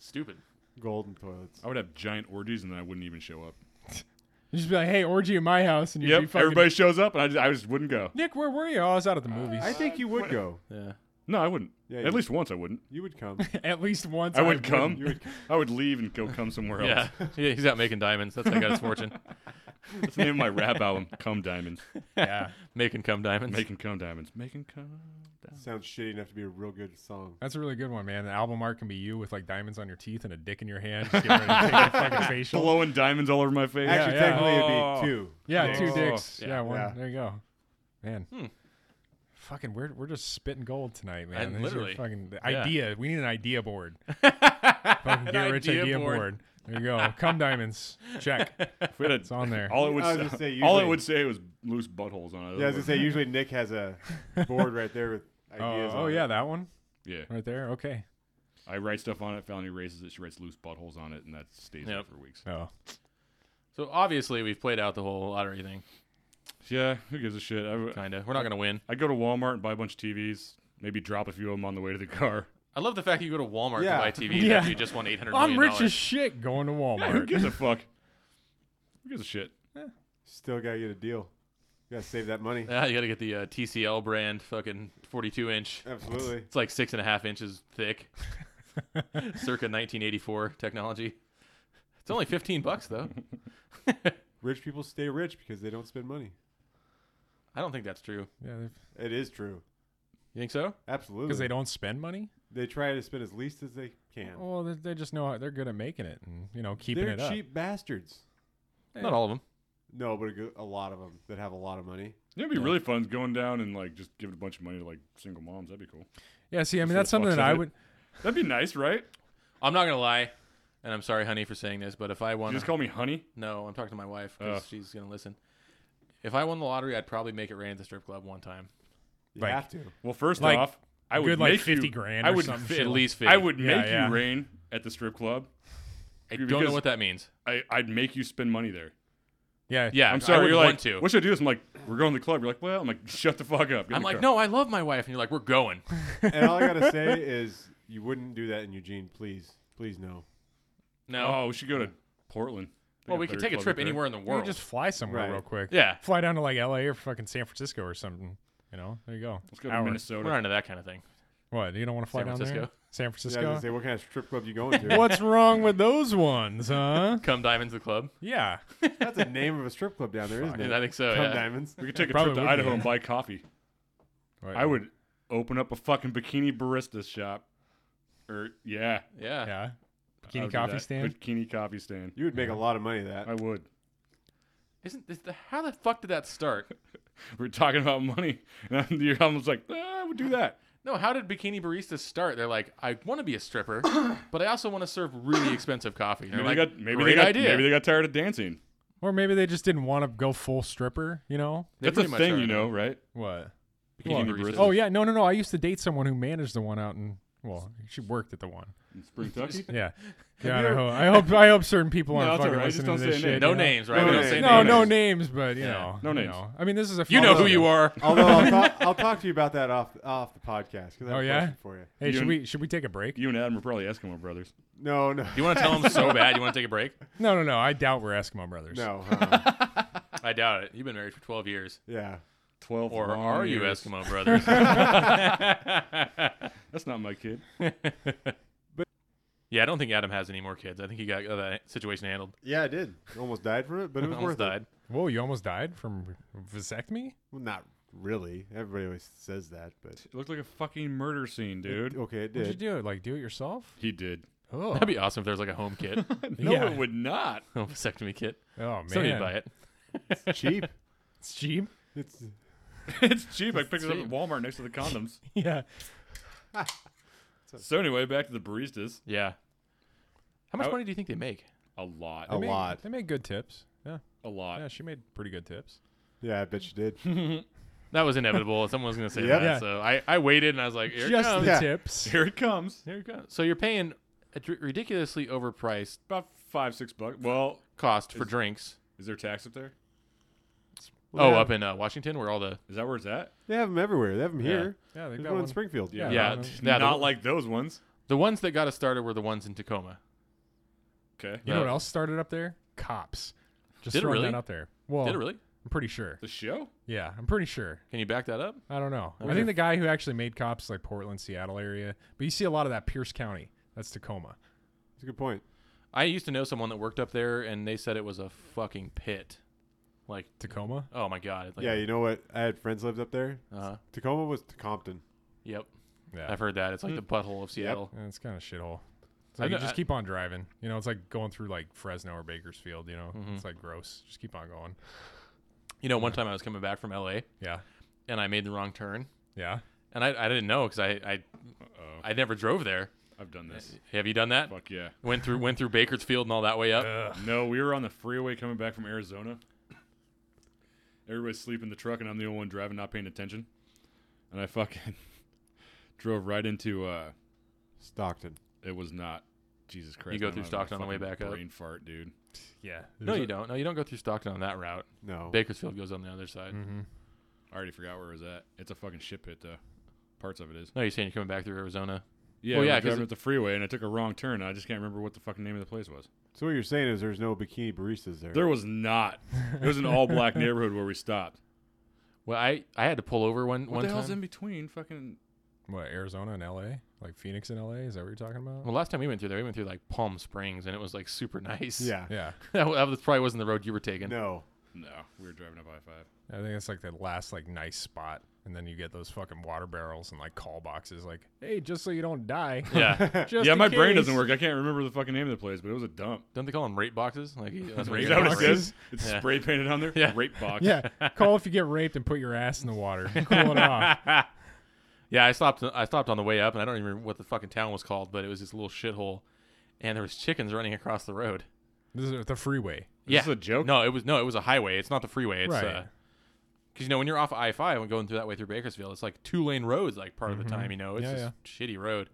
Stupid. Golden toilets. I would have giant orgies and then I wouldn't even show up. You just be like, hey, orgy in my house, and you'd be Yep. fucking. Everybody Uh, shows up and I just, I just wouldn't go. Nick, where were you? Oh, I was out at the movies. I think you would go. Yeah. No, I wouldn't. Yeah, At you- least once I wouldn't. You would come. at least once. I would come. You would I would leave and go come somewhere else. Yeah. yeah. He's out making diamonds. That's how I got his fortune. That's the name of my rap album. Come diamonds. Yeah. Making cum diamonds. Making come diamonds. Making come. sounds shitty enough to be a real good song. That's a really good one, man. The album art can be you with like diamonds on your teeth and a dick in your hand. Just getting ready to take a fucking facial. Blowing diamonds all over my face. Actually, yeah. technically, Oh. it'd be two. Yeah, dicks. two Oh, dicks. yeah. Yeah, one. Yeah. There you go, man. Hmm. Fucking, we're we're just spitting gold tonight, man. And These are literally. fucking the Yeah. idea. We need an idea board. fucking An get rich idea, board. There you go. Come diamonds. Check. If we had a- It's on there. all it would I was say, gonna say, all it usually- would say was loose buttholes on it. Yeah, I was gonna say usually Nick has a board right there with Oh, ideas. oh on yeah, it. that one yeah. right there. Okay. I write stuff on it. Felony erases it. She writes loose buttholes on it, and that stays there Yep. for weeks. Oh, So obviously we've played out the whole lottery thing. Yeah, who gives a shit? I, Kinda. We're not gonna win. I go to Walmart and buy a bunch of TVs. Maybe drop a few of them on the way to the car. I love the fact that you go to Walmart Yeah. to buy TVs Yeah. after you just won eight hundred. I'm rich as shit going to Yeah, who Walmart. gives a fuck? Who gives a shit? Still gotta get a deal. You gotta save that money. Yeah, you gotta get the uh, TCL brand fucking 42 inch. Absolutely. It's like six and a half inches thick, circa 1984 technology. It's only 15 bucks though. Rich people stay rich because they don't spend money. I don't think that's true. yeah, It is true. You think so? Absolutely. because they don't spend money. They try to spend as least as they can. Well, they, they just know how, they're good at making it and you know Oh, keeping They're it up. cheap bastards. Not all of them. No, but a, go- a lot of them that have a lot of money. You know, it'd be really fun is going down and like just giving a bunch of money to like single moms. That'd be cool. Yeah, see, I For mean the that's something fucks that of I it. would. That'd be nice, right? I'm not gonna lie, and I'm sorry, honey, for saying this, but if I You won, just call me honey. no, I'm talking to my wife because Oh. she's gonna listen. If I won the lottery, I'd probably make it rain at the strip club one time, You Like- have to. Well, first Like, off, I would good, like, make 50 you, grand I or would some fi- shit at like- least 50. I would Yeah, make yeah. you rain at the strip club. I don't know because- what that means. I, I'd make you spend money there. Yeah, Yeah, I'm I sorry. would You're like, want to. what should I do? This? I'm like, we're going to the club. You're like, well, I'm like, shut the fuck up. Get in I'm the like, car. no, I love my wife, and you're like, we're going. and all I gotta say is, you wouldn't do that in Eugene. Please, please no. No, Oh, we should go to Portland. They well, got we could better take a clubs trip up there. anywhere in the you world. could just fly somewhere Right. real quick. yeah, fly down to like L.A. or fucking San Francisco or something. You know, there you go. Let's go to Hour. we're Minnesota. not into that kind of thing. What you don't want to fly San down there? Francisco. San Yeah, I was Francisco. gonna say, what kind of strip club you going to? What's wrong with those ones, huh? Come Diamonds the Club. Yeah, That's the name of a strip club down there, isn't it? I think so. Come yeah. diamonds. We could take a Probably trip would to be. Idaho and buy coffee. I would open up a fucking bikini barista shop. Or yeah, Yeah. Yeah, I bikini would do coffee that. stand. Bikini coffee stand. You would make a lot of money that. I would. Isn't is the, how the fuck did that start? We're talking about money, and I'm, you're almost like, ah, I would do that. No, how did bikini baristas start? They're like, I want to be a stripper, but I also want to serve really expensive coffee. And they're Maybe they like, got maybe great they got idea. maybe they got tired of dancing. Or maybe they just didn't want to go full stripper. You know They That's a pretty much thing, are. you know, right? what? Bikini Well, baristas. Oh yeah, no, no, no. I used to date someone who managed the one out in. Well, she worked at the one. In Spring Tucky. Yeah. God, I hope, I hope I hope certain people No, aren't it's fucking alright. listening Just don't to say this a name. shit. No you know? names, right? We No don't say names. No, names. no names, but you Yeah. know, No you names. know. I mean, this is a. You know who you are. Although I'll, talk, I'll talk to you about that off off the podcast. 'cause I have Oh, a yeah? question for you. Hey, You should and- we should we take a break? You and Adam are probably Eskimo brothers. No, no, You want to tell them so bad? You want to take a break? No, no, no. I doubt we're Eskimo brothers. no. uh-uh. I doubt it. You've been married for 12 years. yeah, Twelve. Or long are you years. Eskimo brothers? That's not my kid. yeah, I don't think Adam has any more kids. I think he got uh, that situation handled. yeah, I did. Almost died for it, but it was Almost worth it. died. Whoa, you almost died from vasectomy? Well, not really. Everybody always says that, but It looked like a fucking murder scene, dude. okay, it What'd you did. do? Like do it yourself? He did. Oh, That'd be awesome if there was like a home kit, a no, Yeah. it would not. vasectomy kit. oh man, Somebody buy it. Cheap. it's cheap. It's it's it's cheap. I picked it up cheap. at Walmart next to the condoms. Yeah, so anyway, back to the baristas. Yeah. How much I w- money do you think they make? A lot. A Oh. They made- lot. They made good tips. Yeah, A lot. yeah. She made pretty good tips. yeah, I bet you did. That was inevitable. Someone was going to say Yep. that. Yeah. So I, I waited and I was like, here it Just comes. the Yeah. tips. Here it comes. Here it comes. So you're paying a dr- ridiculously overpriced About five, six bucks. Well, cost for Is- drinks. is there tax up there? oh, Well, they have- up in uh, Washington where all the. Is that where it's at? They have them everywhere. They have them Yeah. here. Yeah, they There's got one one. in Springfield. Yeah. Yeah. I th- don't yeah Not the, like those ones. the ones that got us started were the ones in Tacoma. Okay. You know what else started up there? Cops. Just Did it throwing really? that out there. Well, Did it really? I'm pretty sure. The show? Yeah, I'm pretty sure. Can you back that up? I don't know. I Okay. think the guy who actually made cops is like Portland, Seattle area, but you see a lot of that Pierce County. That's Tacoma. That's a good point. I used to know someone that worked up there and they said it was a fucking pit. Like, Tacoma. oh my God. Like, yeah, you know what? I had friends lived up there. uh, Tacoma was to Compton. yep. Yeah, I've heard that. It's like the butthole of Seattle. Yeah, it's kind of shithole. It's I like you know- just I- keep on driving. You know, it's like going through like Fresno or Bakersfield. You know, Mhm. it's like gross. Just keep on going. You know, one time I was coming back from LA Yeah, and I made the wrong turn. yeah. And I, I didn't know because I, I, Uh-oh. I never drove there. I've done this. Have you done that? Fuck yeah. Went through went through Bakersfield and all that way up. No, we were on the freeway coming back from Arizona. Everybody's sleeping in the truck, and I'm the only one driving, not paying attention. And I fucking drove right into. uh Stockton. It was not. Jesus Christ! You go I don't through have my Stockton on the way fucking back up. Brain fart, dude. yeah. no, you don't. No, you don't go through Stockton on that route. No. Bakersfield goes on the other Mm. side. Mm-hmm. I already forgot where it was at. It's a fucking shit pit, though. Parts of it is. No, you're saying you're coming back through Arizona. Yeah, Well, yeah. yeah, I was 'cause driving it- up the freeway, and I took a wrong turn. and I just can't remember what the fucking name of the place was. So what you're saying is there's no bikini baristas there. There was not. It was an all-black neighborhood where we stopped. Well, I, I had to pull over one What one the hell's in time. between? Fucking What Arizona and L.A. Like Phoenix and L.A. Is that what you're talking about? Well, last time we went through there, we went through like Palm Springs, and it was like super nice. yeah. yeah, that, wa- that was- probably wasn't the road you were taking. No. no. We were driving up I-5. I think it's like the last like nice spot, and then you get those fucking water barrels and like call boxes. Like, hey, just so you don't die. Yeah. Just yeah, in my brain case." doesn't work. I can't remember the fucking name of the place, but it was a dump. Don't they call them rape boxes? Like you- that's what Is you that what got it rape. says? It's Yeah. spray painted on there. Yeah. Rape box. Yeah, call if you get raped and put your ass in the water. Cool it off. Yeah, I stopped. I stopped on the way up, and I don't even remember what the fucking town was called, but it was this little shithole, and there was chickens running across the road. This is the freeway. yeah. Is this a joke? No, it was no, it was a highway. It's not the freeway. It's Right. uh 'cause you know when you're off I five and going through that way through Bakersfield, it's like two lane roads like part of the time. You know, it's Yeah, this yeah. shitty road,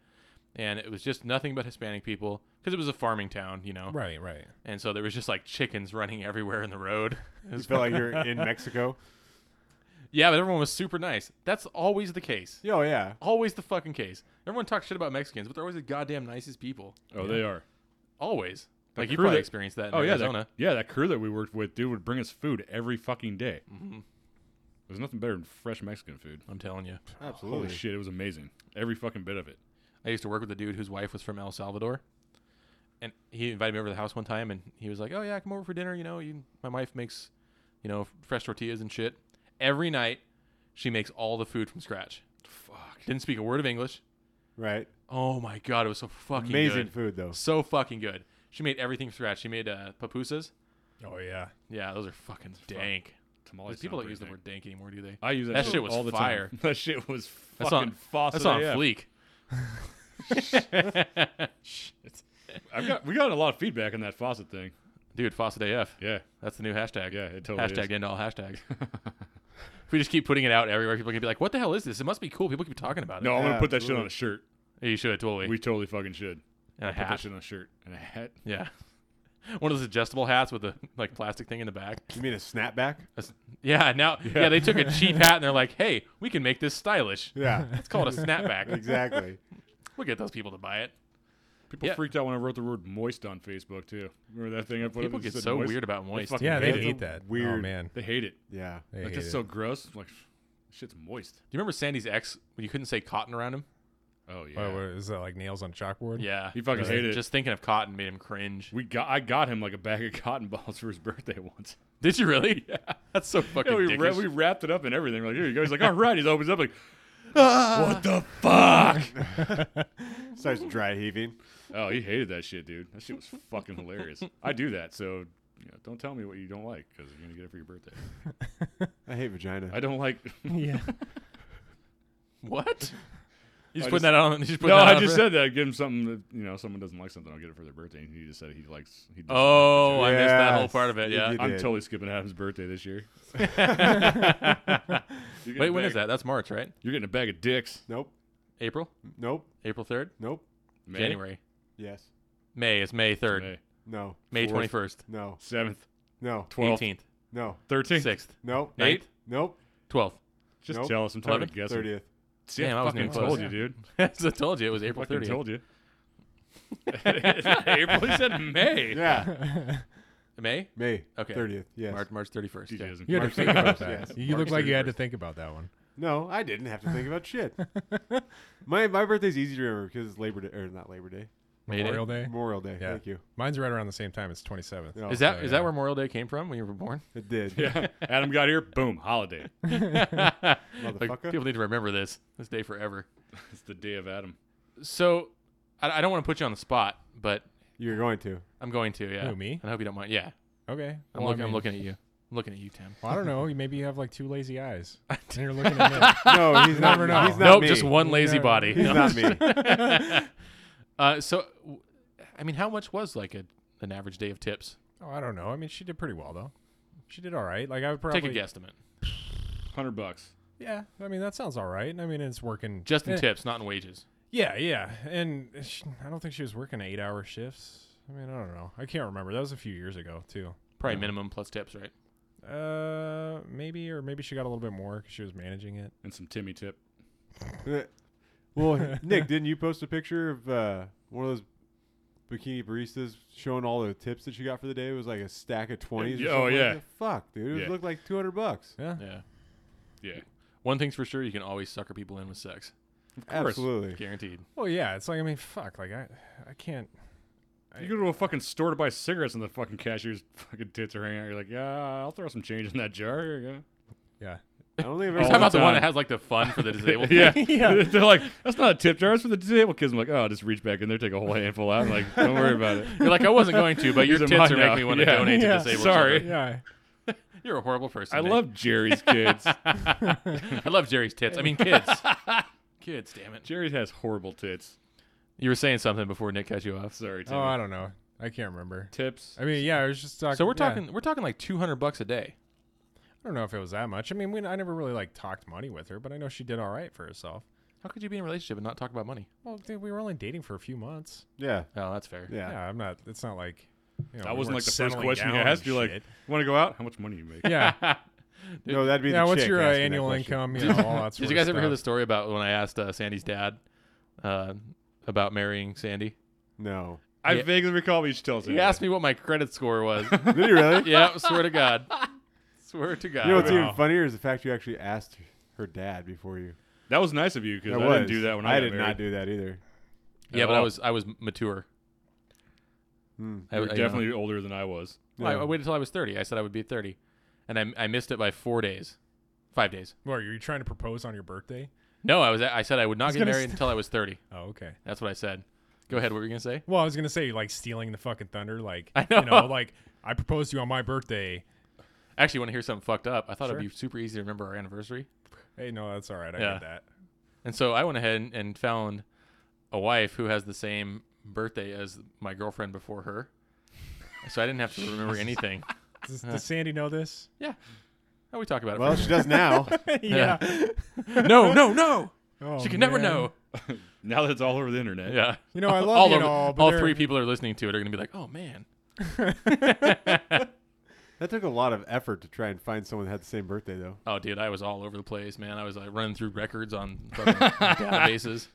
and it was just nothing but Hispanic people because it was a farming town. You know, Right, right. and so there was just like chickens running everywhere in the road. It You was- felt like you're in Mexico. yeah, but everyone was super nice. That's always the case. Yeah, Oh yeah. Always the fucking case. Everyone talks shit about Mexicans, but they're always the goddamn nicest people. Oh, they are. Always. The like you crew probably that- experienced that in Oh yeah, Arizona. that, yeah. That crew that we worked with, dude, would bring us food every fucking day. Mm-hmm. There's nothing better than fresh Mexican food. I'm telling you. Absolutely. Holy shit, it was amazing. Every fucking bit of it. I used to work with a dude whose wife was from El Salvador, and he invited me over to the house one time, and he was like, "Oh yeah, come over for dinner. You know, you, my wife makes, you know, fresh tortillas and shit. Every night, she makes all the food from scratch. Fuck. Didn't speak a word of English. Right. Oh my god, it was so fucking Amazing good. food though. so fucking good. She made everything from scratch. She made uh, pupusas. Oh yeah. Yeah, those are fucking dank. Tamales. There's sound people that pretty use the dank. word dank anymore, do they? I use that, That shit was all the fire. time. That shit was fucking That's on- faucet That's on AF. fleek. I've got, we got a lot of feedback on that faucet thing. Dude, Fawcett AF. Yeah, That's the new hashtag. yeah, it totally Hashtag is. into all hashtags. if we just keep putting it out everywhere, people are gonna be like, "What the hell is this? It must be cool." People keep talking about it. No, I'm gonna Yeah, put that shit on absolutely. a shirt. you should totally. We totally fucking should. and a Put that hat. shit on a shirt and a hat. Yeah, one of those adjustable hats with the like plastic thing in the back. You mean a snapback? That's- yeah, now yeah. they took a cheap hat and they're like, "Hey, we can make this stylish. Yeah. Let's call it a snapback. exactly. we'll get those people to buy it." People Yeah. freaked out when I wrote the word moist on Facebook too. Remember that thing I put? up People that get said so moist? weird about moist. fucking Yeah, they hate That's hate a that. Weird. Oh weird- man, They hate it. Yeah. they Like hate it's it. so gross. I'm like shit's moist. Do you remember Sandy's ex? when You couldn't say cotton around him. Oh yeah. What, what is that like nails on chalkboard? Yeah, He fucking just, hated it. Just thinking of cotton made him cringe. We got I got him like a bag of cotton balls for his birthday once. Did you really? Yeah, that's so fucking. Yeah, we, dickish. wra- we wrapped it up and everything. We're like, here you go. He's like, all right. He's opens up like, what the fuck? Starts dry heaving. oh, he hated that shit, dude. That shit was fucking hilarious. I do that, so you know, don't tell me what you don't like because you're gonna get it for your birthday. I hate vagina. I don't like. Yeah. what? You just putting I just- that out on? You just putting no, that I out just for- said that. Give him something that you know. Someone doesn't like something. I'll get it for their birthday. And he just said he likes. He doesn't like Oh, I missed that whole Yes, part of it. you Yeah. did. I'm totally skipping Adam's birthday this year. You're getting Wait, a when is bag- that? That's March, right? You're getting a bag of dicks. Nope. April, Nope. April third, Nope. May? January, Yes. May. It's May third, May. No. May Fourth. twenty first, No. 7th, No. 12th, eighteenth, No. 13th. sixth, Nope. Eight? Nope. twelfth. Just Nope. tell us. I'm tired of 11th, guessing. Thirtieth. See, Damn, I I wasn't fucking even told close. you, dude. As I told you, it was April Fucking thirtieth. told you. April he said May. Yeah. May. May. Okay. Thirtieth. Yes. March March thirty first. DJ Yeah. doesn't You had care. to think about that. Yes. You March look like you had 31st. to think about that one. No, I didn't have to think about shit. My my birthday's easy to remember because it's Labor Day or not Labor Day, May Day? Memorial Day. Memorial Day. Yeah. Thank you. Mine's right around the same time. It's 27th. No, Is that is Oh, that so, yeah. where Memorial Day came from when you were born? it did? Yeah. Adam got here. Boom. Holiday. Like, Motherfucker. people need to remember this this day forever. It's the day of Adam. So I, I don't want to put you on the spot, but You're going to. I'm going to. Yeah. Who, me? And I hope you don't mind. Yeah. Okay. I'm, Well, looking, I I'm mean, looking at you. I'm looking at you, Tim. well, I don't know. Maybe you have like two lazy eyes. and you're looking at me. No, he's not. never know. He's not nope, me. just one lazy Yeah. body. He's No. not me. Uh, so, w- I mean, how much was like a, an average day of tips? Oh, I don't know. I mean, she did pretty well though. She did all right. Like I would probably Take a guesstimate. 100 bucks. Yeah, I mean that sounds all right. I mean it's working. Just in eh, tips, not in wages. Yeah, yeah. And she, I don't think she was working eight hour shifts. I mean I don't know. I can't remember. That was a few years ago too. Probably minimum plus tips, right? Uh, maybe or maybe she got a little bit more because she was managing it. And some Timmy tip. Uh, well, Nick, didn't you post a picture of uh, one of those bikini baristas showing all the tips that she got for the day? It was like a stack of twenties. Oh, yeah. Fuck, dude, it Yeah. looked like two hundred bucks. Yeah. Yeah. Yeah. One thing's for sure, you can always sucker people in with sex. course. Absolutely. Guaranteed. Well, yeah. It's like I mean, fuck. Like I, I can't. You go to a fucking store to buy cigarettes and the fucking cashier's fucking tits are hanging out. You're like, yeah, I'll throw some change in that jar. Here you Yeah. I don't think I've All Talk ever. the about the one time. that has like the fun for the go. disabled. yeah. They're like, that's not a tip jar. It's for the disabled kids. I'm like, oh, just reach back in there, take a whole handful out. I'm like, don't worry about it. You're like, I wasn't going to, but your These are tits mine are now. making me want to Yeah. donate Yeah. to disabled Sorry. children. Yeah. You're a horrible person. I Nick. love Jerry's kids. I love Jerry's tits. I mean, kids. kids, damn it. Jerry has horrible tits. You were saying something before Nick cut you off. Sorry, Timmy. Oh, I don't know. I can't remember. Tips. I mean, yeah. I was just talking. So we're yeah. talking, we're talking like 200 bucks a day. I don't know if it was that much. I mean, we, I never really like talked money with her, but I know she did all right for herself. How could you be in a relationship and not talk about money? Well, dude, we were only dating for a few months. Yeah, Oh, that's fair. Yeah, yeah. I'm not. It's not like you know, That we wasn't weren't like the first settling question you down asked. and You're like, shit. want to go out? How much money do you make? yeah, No, that'd be. yeah. the What's chick your uh, asking that annual question. income? You know, all that sort Did you of guys ever hear the stuff. story about when I asked uh, Sandy's dad uh, about marrying Sandy? No. I Yeah. vaguely recall what she tells me. He asked me what my credit score was. Did he really? yeah, swear to God. Swear to God. You know what's Wow. even funnier is the fact you actually asked her dad before you. That was nice of you because I That didn't was. do that when I, got did married. not do that either. yeah, at but I all. was I was mature. Hmm. I, I- You were you know. definitely older than I was. Well, I- I, Yeah. waited until I was 30. I said I would be 30. And I, I missed it by four days, five days. What, are you trying to propose on your birthday? No, I was. I said I would not was get gonna married say- until I was 30. Oh, okay. That's what I said. Go ahead. What were you gonna say? Well, I was gonna say like stealing the fucking thunder. Like I you know, know. like I proposed to you on my birthday. Actually, want to hear something fucked up? I thought Sure. it'd be super easy to remember our anniversary, Hey, no, that's all right. I Yeah. get that. and so I went ahead and, and found a wife who has the same birthday as my girlfriend before her. So I didn't have to remember anything. Does, does Sandy know this? Oh, we talk about it. Well, she does now. Yeah. no, no, no. Oh, she can never man. know. Now that it's all over the internet. Yeah. You know, I love all over- you and all, but all there- three people that are listening to it are gonna be like, "Oh man, that took a lot of effort to try and find someone that had the same birthday, though. oh dude, I was all over the place, man. I was like running through records on fucking databases.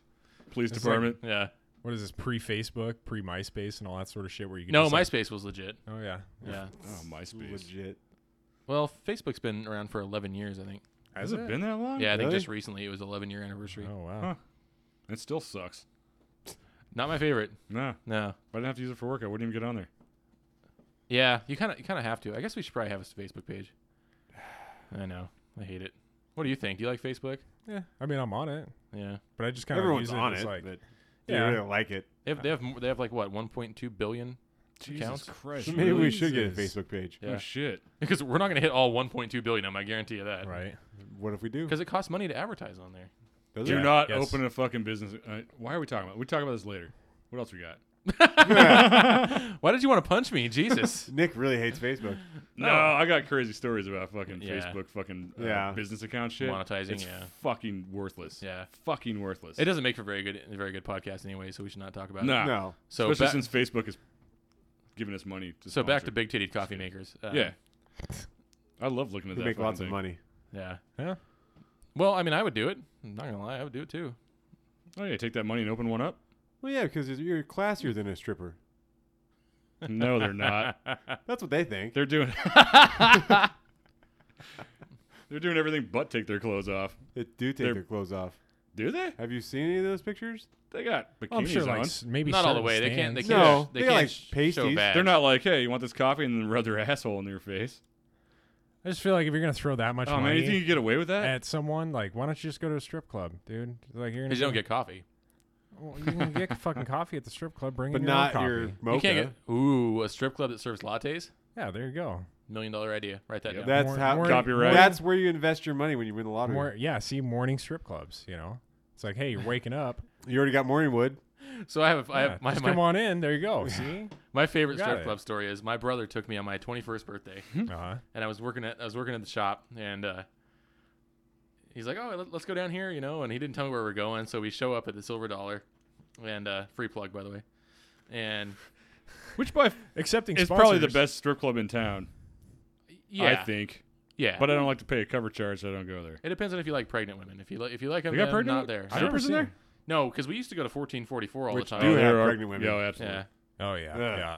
Police It's department. Yeah. What is this pre-Facebook, pre-MySpace, and all that sort of shit? Where you can No, just, like- MySpace was legit. oh yeah, Yeah. oh, MySpace. Legit. Well, Facebook's been around for 11 years, I think. Has it been that long? Yeah, I think Really? just recently it was 11 year anniversary. Oh wow. Huh. It still sucks. Not my favorite. Nah, if No. I didn't have to use it for work, I wouldn't even get on there. Yeah, you kind of you kind of have to. I guess we should probably have a Facebook page. I know. I hate it. What do you think? Do you like Facebook? Yeah, I mean, I'm on it, Yeah. but I just kind of Everyone's use it on as it, like but Yeah. yeah, they don't like it. They have, they have more- they have like what 1.2 billion Jesus Accounts? Christ. So maybe we really? should get a Jesus. Facebook page. Yeah. Oh, shit. because we're not gonna hit all 1.2 billion. I'm I guarantee you that. right. What if we do? Because it costs money to advertise on there. Does Do it? not Yes. open a fucking business. Uh, why are we talking about? We talk about this later. What else we got? Why did you want to punch me? Jesus. Nick really hates Facebook. No, I got crazy stories about fucking Yeah. Facebook, fucking uh, Yeah. business account shit. Monetizing, it's yeah. fucking worthless. Yeah. fucking worthless. It doesn't make for very good very good podcast anyway, so we should not talk about it. Nah. No. So especially ba- since Facebook is giving us money. To so back to sponsor. big titted coffee makers. Uh, yeah. I love looking at We that. make fucking lots thing. of money. Yeah. Yeah. Well, I mean, I would do it. I'm not gonna lie, I would do it too. Oh yeah, take that money and open one up. Well, yeah, because you're classier than a stripper. No, they're not. That's what they think. They're doing. they're doing everything but take their clothes off. They do take They're- their clothes off. Do they? Have you seen any of those pictures? They got bikinis Oh, I'm sure, on. like s- maybe not all the certain way. They can't. They stands. can't. No, they they can't like sh- Show pasties. bags. they're not like, hey, you want this coffee and then rub their asshole in your face. I just feel like if you're gonna throw that much Oh man, money you think you could get away with that? at someone, like, why don't you just go to a strip club, dude? Like, you're gonna Because you don't get coffee. Well, you can get fucking coffee at the strip club. Bring But in your not own coffee. your You mocha. can't get ooh a strip club that serves lattes. Yeah, there you go. Million dollar idea. Write that Yep. down. That's More- how. more- Copyright. That's where you invest your money when you win the lottery. More, yeah, see morning strip clubs. You know, it's like, hey, you're waking up. You already got morning wood. So I have I Yeah, have my just my, come on in. There you go. See. my favorite Got strip it. club story is my brother took me on my 21st birthday uh Uh-huh. huh. and I was working at I was working at the shop and uh, he's like oh let, let's go down here you know and he didn't tell me where we're going so we show up at the Silver Dollar and uh, free plug by the way and Which by f- Accepting is sponsors. probably the best strip club in town. yeah I think. yeah But I don't like to pay a cover charge, so I don't go there. it depends on if you like pregnant women if you like if you like them They got then pregnant? not there I I've don't- No, never person seen there? it. no because we used to go to 1444 all Which the do time have there pregnant women. Yeah, absolutely. yeah Oh yeah. Yeah. Yeah.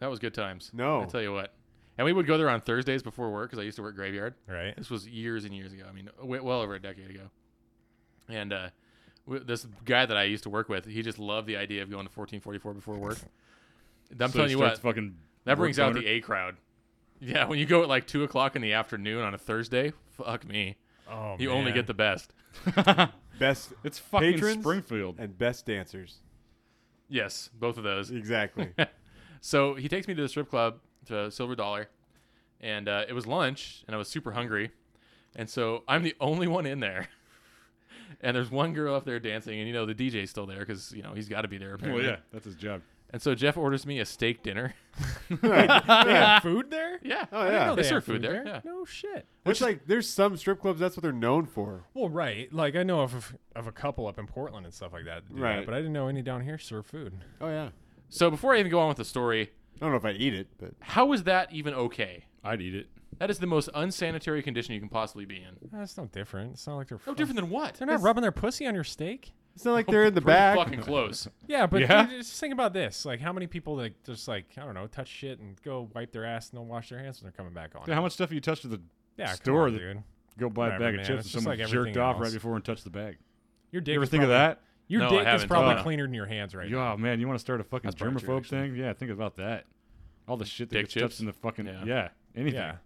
that was good times No. I tell you what and we would go there on Thursdays before work because I used to work graveyard Right. This was years and years ago. I mean, w- well over a decade ago. And uh, w- this guy that I used to work with, he just loved the idea of going to 1444 before work. I'm So telling he you starts what, fucking that brings work out the boner. A crowd. Yeah, when you go at like two o'clock in the afternoon on a Thursday, fuck me, Oh. you only man. get the best. Best It's fucking patrons Springfield. and best dancers. Yes, both of those. Exactly. So he takes me to the strip club to Silver Dollar, and uh, it was lunch, and I was super hungry, and so I'm the only one in there. And there's one girl up there dancing, and you know the DJ's still there because you know he's got to be there Well, apparently. Oh, yeah, that's his job. And so Jeff orders me a steak dinner. They have food there. yeah. Oh I didn't yeah. know They had serve food there, yeah. No shit. Which like there's some strip clubs that's what they're known for. Well, right. Like I know of of a couple up in Portland and stuff like that. that do that, Right. but I didn't know any down here serve food. Oh yeah. So before I even go on with the story, I don't know if I eat it, but how is that even okay? I'd eat it. That is the most unsanitary condition you can possibly be in. That's no different. It's not like they're No different than what? Oh, They're not rubbing their pussy on your steak. it's not like they're in the Pretty back. Fucking close. Yeah, but Yeah. dude, just think about this. Like, how many people that just like I don't know, touch shit and go wipe their ass and don't wash their hands when they're coming back on. Dude, how much stuff have you touched at the Yeah, come store on, that- dude. go buy a Whatever, bag man. of chips It's and just someone like jerked everything off else. right before and touched the bag? Your dick. You ever is think of probably- that? Your No, I dick is haven't. probably Uh, cleaner than your hands right now. Yeah, man, you want to start a fucking That's probably true, germaphobe actually. thing? Yeah, think about that. All the shit that Dick gets touched chips? in the fucking Yeah. yeah, anything. Yeah.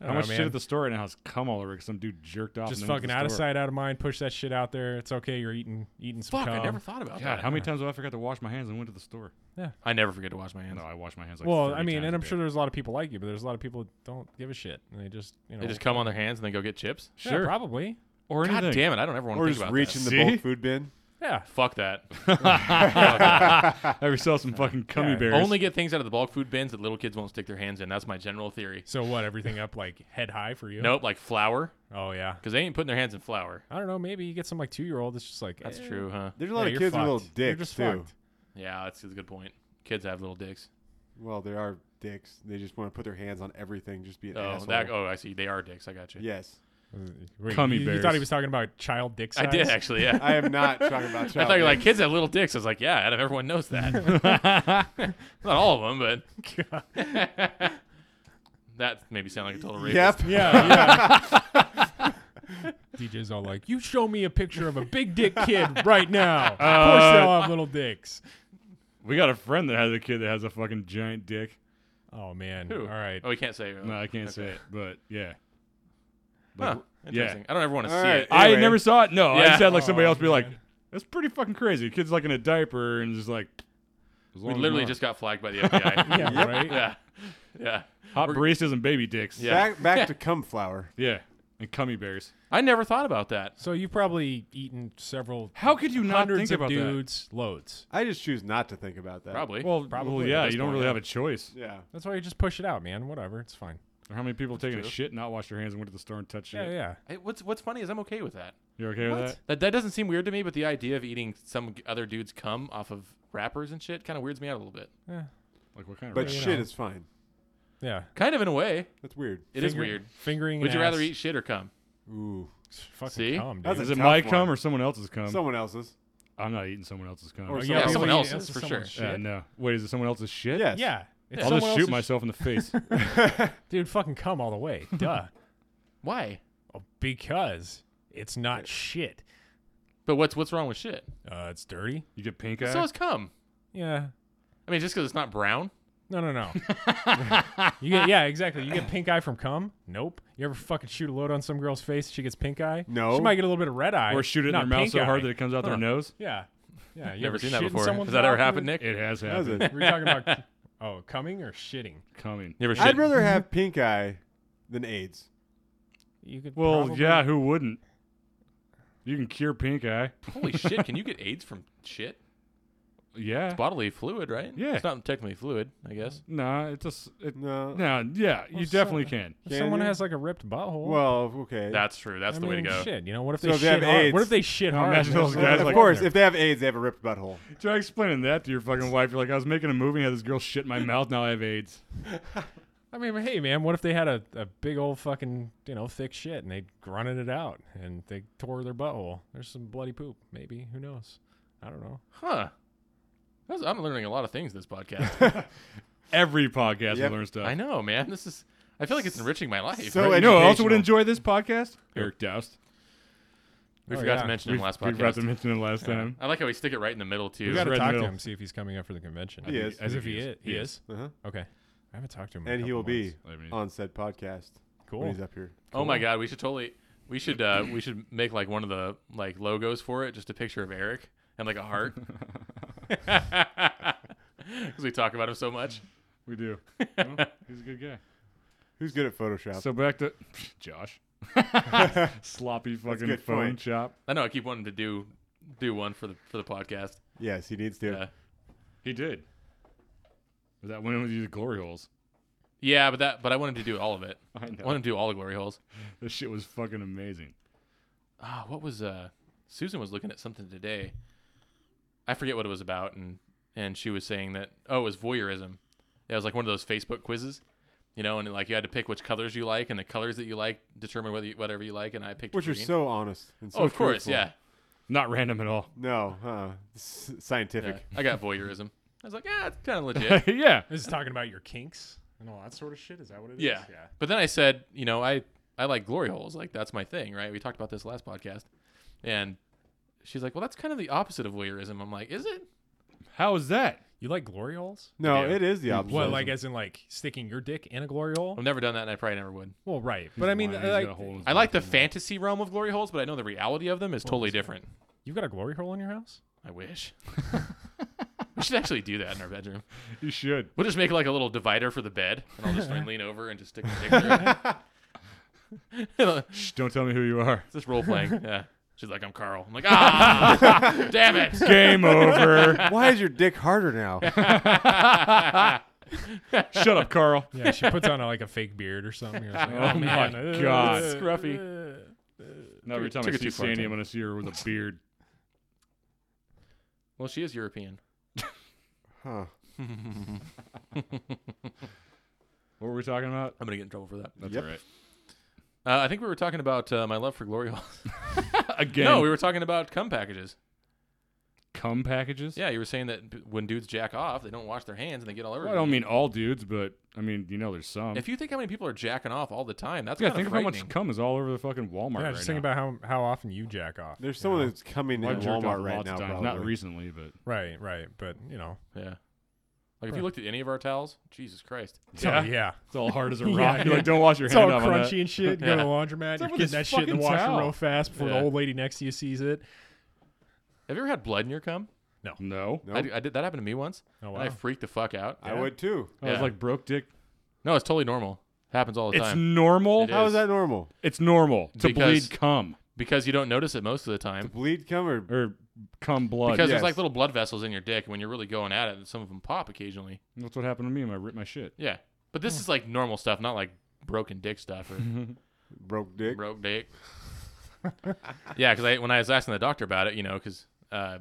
I How don't much know, shit man. at the store right now has come all over because some dude jerked off. Just and then went fucking to the out of store. sight, out of mind. Push that shit out there. It's okay. You're eating, eating some. Fuck, I cum. never thought about God, that. how many times have I forgot to wash my hands and went to the store? I never forget to wash my hands. No, I wash my hands like. well, 30 I mean, times and a I'm day. sure there's a lot of people like you, but there's a lot of people that don't give a shit and they just, you know, They just come on their hands and then go get chips. yeah, sure. probably, or God anything. damn it! I don't ever want to Or think just about reach that. in the See? bulk food bin. yeah. Fuck that. I yourself some fucking cummy Yeah. bears. Only get things out of the bulk food bins that little kids won't stick their hands in. That's my general theory. So what? Everything up like head high for you? Nope, like flour, Oh yeah. because they ain't putting their hands in flour. I don't know. Maybe you get some like two year old that's just like That's eh, true, huh? There's a yeah, lot you're of kids with little fucked. You're dicks just too. fucked. Yeah, that's, that's a good point. Kids have little dicks. Well, there are dicks. They just want to put their hands on everything, just be an Oh, asshole. that. Oh, I see. They are dicks. I got you. Yes, Wait, Cummy you, you bears. thought he was talking about child dick I size? did actually. Yeah. I am not talking about. I Child thought you were like dicks. kids have little dicks. I was like, yeah, Adam. Everyone knows that. Not all of them, God. but that maybe sound like a total rapist. Yep. Yeah, yeah. DJ's all like, "You show me a picture of a big dick kid right now. Of course they all have little dicks." We got a friend that has a kid that has a fucking giant dick. Oh man! Who? All right. Oh, we can't say. really. No, I can't say Okay. it, but yeah. Huh. Interesting. I don't ever want to All see right. it. I Anyway. never saw it. No, I Yeah. just had like somebody Oh, else be like, man. "That's pretty fucking crazy." Kid's like in a diaper and just like. as long We as literally mine. just got flagged by the FBI. Yeah. Right. yeah. Yeah. hot baristas and baby dicks. Yeah. Back back to cum flower. yeah, and cummy bears. I never thought about that. So you've probably eaten several How could you not hundreds think of about dudes, loads. I just choose not to think about that. Probably. that? Well, Probably probably. at yeah, this you don't point, really yeah. have a choice. Yeah. That's why you just push it out, man. Whatever, it's fine. Or how many people have taken a true. shit, and not washed their hands, and went to the store and touched Yeah, shit? yeah. Hey, what's What's funny is I'm okay with that. You okay with that? That that doesn't seem weird to me, but the idea of eating some g- other dude's cum off of rappers and shit kind of weirds me out a little bit. Yeah. Like what kind of? But race? you shit know. is fine. yeah. Kind of in a way, That's weird. it is Finger- weird. Fingering. Would an you rather ass. eat shit or cum? Ooh. Fucking See? cum, dude. That's is a it tough my one. cum or someone else's cum? Um, Someone else's. I'm not eating someone else's cum. Or Oh, someone- people someone eat else's, asses for someone's sure. shit. Yeah, no. Wait, is it someone else's shit? Yes. Yeah. It's I'll someone just shoot else's- myself in the face. Dude, fucking cum all the way. Duh. Why? Oh, because it's not shit. But what's what's wrong with shit? Uh, it's dirty. You get pink eye. So is cum. Yeah. I mean, just because it's not brown. No, no, no. you get yeah, exactly. You get pink eye from cum? Nope. You ever fucking shoot a load on some girl's face? She gets pink eye. No. She might get a little bit of red eye. or shoot it in their not mouth pink so hard eye. that it comes out their Huh. nose. Yeah. Yeah. You Never ever seen shit that in before. someone's Has that ever mouth or- happened, Nick? It has That was happened. it. We're talking about oh, coming or shitting. Coming. You ever shit? I'd rather have pink eye than AIDS. You could Well, probably- yeah, who wouldn't? You can cure pink eye. Holy shit! Can you get AIDS from shit? Yeah. Bodily fluid, right? Yeah. It's not technically fluid, I guess. Nah, it's a. s- It, No. nah, yeah, Well, you so- definitely can. If Can someone you? has like a ripped butthole. Well, okay. That's true. That's I the way to mean, go. Shit, you know what if So they if they shit have hard? What AIDS- if they shit hard? Imagine and those there's Well, no guys blood of like- in course, there? if they have AIDS, they have a ripped butthole. Try explaining that to your fucking wife. You're like, I was making a movie, had this girl shit in my mouth, now I have AIDS. I mean, hey man, what if they had a, a big old fucking you know thick shit and they grunted it out and they tore their butthole? There's some bloody poop, maybe. Who knows? I don't know. Huh. That was- I'm learning a lot of things this podcast. Uh-huh. Every podcast Yep. we learn stuff. I know, man. This is. I feel like it's enriching my life. So You know who else would educational. enjoy this podcast? Eric Doust. we Oh, forgot yeah. to mention him last we forgot to podcast. mention it last time. I like how we stick it right in the middle too. We got right to in the talk to middle. him, see if he's coming up for the convention. He is. I As if think he is. He is. Uh-huh. Okay. I haven't talked to him. in a And he couple will be months. I mean, on said podcast when Cool. he's up here. Oh my god, we should totally. We should. Uh, we should make like one of the like logos for it. Just a picture of Eric and like a heart. Because we talk about him so much. we do. Well, he's a good guy. Who's good at Photoshop? So back to Josh. Sloppy fucking good phone point. chop. I know. I keep wanting to do do one for the for the podcast. Uh, yes, he needs to. Yeah. He did. Was that one of the glory holes? Yeah, but that. But I wanted to do all of it. I I wanted to do all the glory holes. This shit was fucking amazing. Ah, what was uh Susan was looking at something today. I forget what it was about and and she was saying that oh, it was voyeurism. It was like one of those Facebook quizzes. You know, and like you had to pick which colors you like and the colors that you like determine whether you, whatever you like and I picked Which are green. so honest. And so Oh, of course, truthful. yeah. Not random at all. No, uh, s- scientific. yeah. I got voyeurism. I was like, "Yeah, it's kind of legit." yeah. This is talking about your kinks and all that sort of shit. Is that what it is? yeah. But then I said, you know, I I like glory holes. Like that's my thing, right? We talked about this last podcast. And she's like, "Well, that's kind of the opposite of voyeurism." I'm like, "Is it?" How is that? You like glory holes? No, Yeah. it is the opposite. What, like as in like sticking your dick in a glory hole? I've never done that and I probably never would. Well, right. But I mean, Um, He's like, got a hole in his I like the mouth. fantasy realm of glory holes, but I know the reality of them is totally different. you've got a glory hole in your house? I wish. we should actually do that in our bedroom. You should. We'll just make like a little divider for the bed, and I'll just like, lean over and just stick the dick through. it. Shh, don't tell me who you are. just role playing. Yeah. She's like, I'm Carl. I'm like, ah, damn it. Game over. Why is your dick harder now? Shut up, Carl. Yeah, she puts on a, like a fake beard or something. You're just like, Oh oh, my man, uh, God. uh, Scruffy. Now every time Took I it see too far, Sandy, Tim. I'm gonna see her with a beard. Well, she is European. Huh. What were we talking about? I'm gonna get in trouble for that. That's Yep. all right. Uh, I think we were talking about uh, my love for glory holes. Again, no, we were talking about cum packages. cum packages. Yeah, you were saying that b- when dudes jack off, they don't wash their hands and they get all over. Well, I don't mean all dudes, but I mean, you know, there's some. If you think how many people are jacking off all the time, that's Um, yeah, kind think of of how much frightening. cum is all over the fucking Walmart yeah, right just now. think about how how often you jack off. There's you someone know? that's coming in Well, I've jerked off Walmart right lots now. of times. Probably. Not recently, but right, right, but you know, yeah. Like if Right. you looked at any of our towels, Jesus Christ. yeah, yeah. it's all hard as a Yeah, rock. You're yeah. like, don't wash your It's all hand off on that. crunchy and shit. You go to the Yeah. laundromat, up you're with getting this that shit in the fucking washer towel? real fast before Yeah. the old lady next to you sees it. Have you ever had blood in your cum? No, No, I, d- I did that happened to me once, Oh and I wow. freaked the fuck out. I Yeah. would too. I was Yeah. like broke dick. No, it's totally normal. Happens all the It's time normal. It How is. is that normal? It's normal to Because- bleed cum because you don't notice it most of the To time. bleed cum or or cum blood. Because yes. there's like little blood vessels in your dick. and When you're really going at it, some of them pop occasionally. That's what happened to me. and I ripped my shit. Yeah, but this is like normal stuff, not like broken dick stuff or Mm-hmm. broke dick? broke dick. yeah, because I, when I was asking the doctor about it, you know, because uh,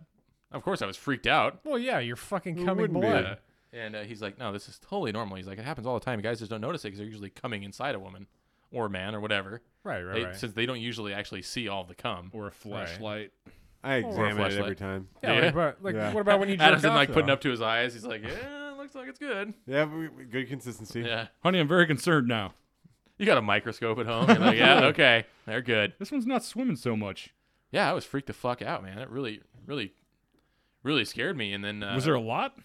of course I was freaked out, Well, yeah, you're fucking Who coming wouldn't be? blood. Yeah. and uh, he's like, "No, this is totally normal." He's like, "It happens all the time. You guys just don't notice it because they're usually coming inside a woman or a man or whatever, Right, right, they, right. since they don't usually actually see all the cum." Or a flashlight. I examine it every fleshlight. time. yeah, Yeah. Like, but like, Yeah. what about when you jerk Adam's in, off, like putting though? up to his eyes. He's like, "Yeah, looks like it's good." Yeah, we, we- good consistency. Yeah, Honey, I'm very concerned now. you got a microscope at home. You're like, "Yeah, okay, they're good." This one's not swimming so much. Yeah, I was freaked the fuck out, man. It really, really, really scared me. And then uh, was there a lot?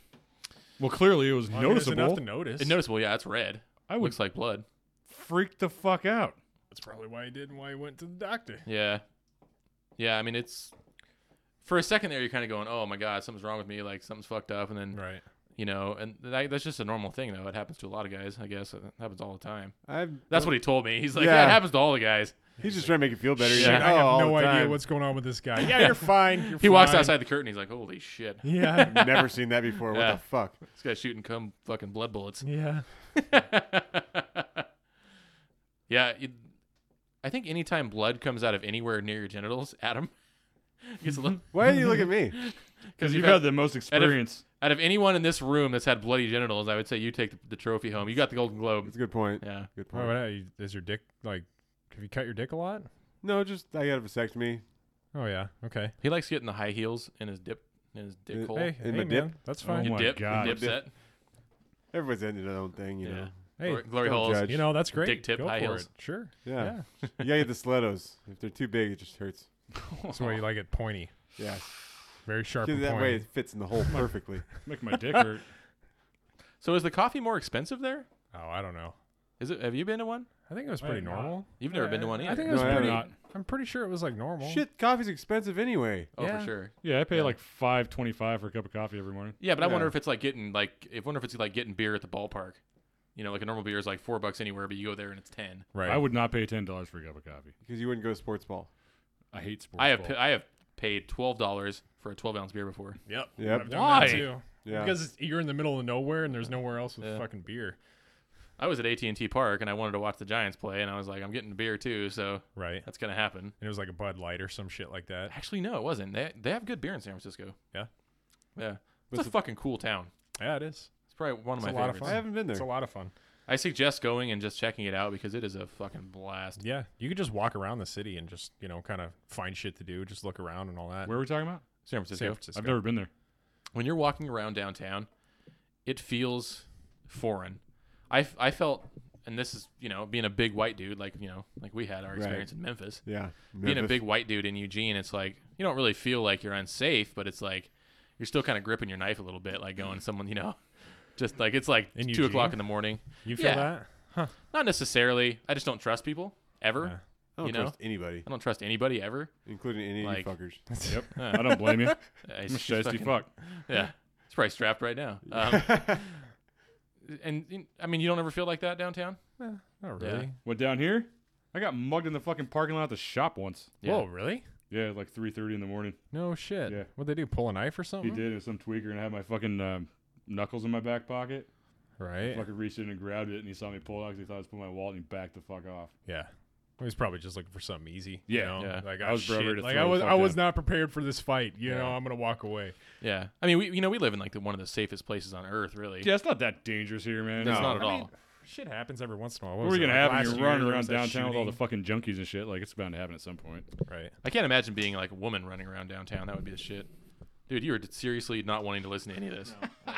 Well, clearly it was Well, I mean, there's noticeable. enough to notice. it noticeable? Yeah, it's red. I would Looks like blood. freak the fuck out. That's probably why he did and why he went to the doctor. Yeah, yeah. I mean, it's for a second there, you're kind of going, "Oh my god, something's wrong with me. Like something's fucked up." And then Right. you know, and that, that's just a normal thing, though. It happens to a lot of guys, I guess. It happens all the time. I've, That's what he told me. He's like, Yeah. "Yeah, it happens to all the guys." he's just trying to make you feel better. He's Shit, like, I "Oh, all have no the idea time." what's going on with this guy. Yeah, you're fine. You're He walks fine. outside the curtain. He's like, "Holy shit, Yeah. Never seen that before. What Yeah. the fuck? this guy's shooting cum fucking blood bullets." yeah. yeah, it, I think anytime blood comes out of anywhere near your genitals, Adam gets a little Why do you look at me? because You've had the most experience. out of anyone in this room that's had bloody genitals, I would say you take the, the trophy home. You got the Golden Globe. That's a good point. Yeah, Good point. Why would I, is your dick like? Have you cut your dick a lot? No, just I got a vasectomy. Oh yeah. Okay. he likes getting the high heels in his dip in his dick Uh, hole. Hey, In hey, the dip? man, That's Oh, fine. my dip, God. dip set. Everyone's into their own thing, you yeah, know. hey, glory, glory don't holes. judge. you know that's great. Dick tip, Go high for heels. it. Sure. Yeah. Yeah. you gotta get the stilettos. If they're too big, it just hurts. That's why you like it pointy, Yeah. very sharp. Get it and that way, pointy. it fits in the hole perfectly. Make my dick hurt. So is the coffee more expensive there? Oh, I don't know. Is it? Have you been to one? I think it was I pretty have not. normal. You've never been to one Uh, I either. think it was No, I pretty. haven't. I'm pretty sure it was like normal. Shit, coffee's expensive anyway. oh, yeah. for sure. Yeah, I pay Yeah. like five twenty five for a cup of coffee every morning. Yeah, but I wonder Yeah. if it's like getting like if wonder if it's like getting beer at the ballpark. You know, like a normal beer is like four bucks anywhere, but you go there and it's ten. Right. I would not pay ten dollars for a cup of coffee. Because you wouldn't go to sports ball. I hate sports. I have ball. pa- I have paid twelve dollars for a twelve ounce beer before. Yep. Yep. I've done Why? that too. Yeah. Because it's- you're in the middle of nowhere and there's nowhere else with Yeah. fucking beer. I was at AT and T Park and I wanted to watch the Giants play, and I was like, I'm getting a beer too, so Right. that's gonna happen. And it was like a Bud Light or some shit like that. Actually, no, it wasn't. They they have good beer in San Francisco. Yeah? yeah. It's What's a the- fucking cool town. Yeah, it is. It's probably one of It's my a lot of favorites. I haven't been there. It's a lot of fun. I suggest going and just checking it out because it is a fucking blast. Yeah, you could just walk around the city and just you know kind of find shit to do, just look around and all that. Where are we talking about? San San Francisco. Francisco. I've never been there. when you're walking around downtown, it feels foreign. I, f- I felt, and this is you know being a big white dude like you know like we had our Right. experience in Memphis. Yeah. Being a Memphis. big white dude in Eugene, it's like you don't really feel like you're unsafe, but it's like you're still kind of gripping your knife a little bit, like going someone you know, just like it's like In two Eugene? o'clock in the morning. You feel Yeah. that? Not necessarily. I just don't trust people ever. Yeah. I don't you know? trust anybody, I don't trust anybody ever. including any Like- of you fuckers. Yep. Uh, I don't blame you. I I'm a shiesty fucking- fuck. Yeah, it's probably strapped right now. Um, and you- I mean, you don't ever feel like that downtown. Not Yeah. Oh, really. Went down here. I got mugged in the fucking parking lot at the shop once. Yeah. Whoa, really? Yeah, like three thirty in the morning. No shit. Yeah. What they do? Pull a knife or He something? did. It was some tweaker, and I had my fucking um, knuckles in my back pocket. Right. Fucking reached in and grabbed it, and he saw me pull it out because he thought I was putting my wallet, and he backed the fuck off. Yeah. He was probably just looking for something easy. Yeah, you know? yeah. Like I I was was ready to Like throw I the was, fuck I was down. not prepared for this fight. You Yeah. know, I'm gonna walk away. Yeah, I mean, we you know we live in like the one of the safest places on earth, really. Yeah, it's not that dangerous here, man. it's No. not at I all. mean, Shit happens every once in a while. What are you gonna have when you you're running around downtown with all the fucking junkies and shit? Like it's bound to happen at some point. right? I can't imagine being like a woman running around downtown. That would be the shit, dude. You were seriously not wanting to listen to any of this.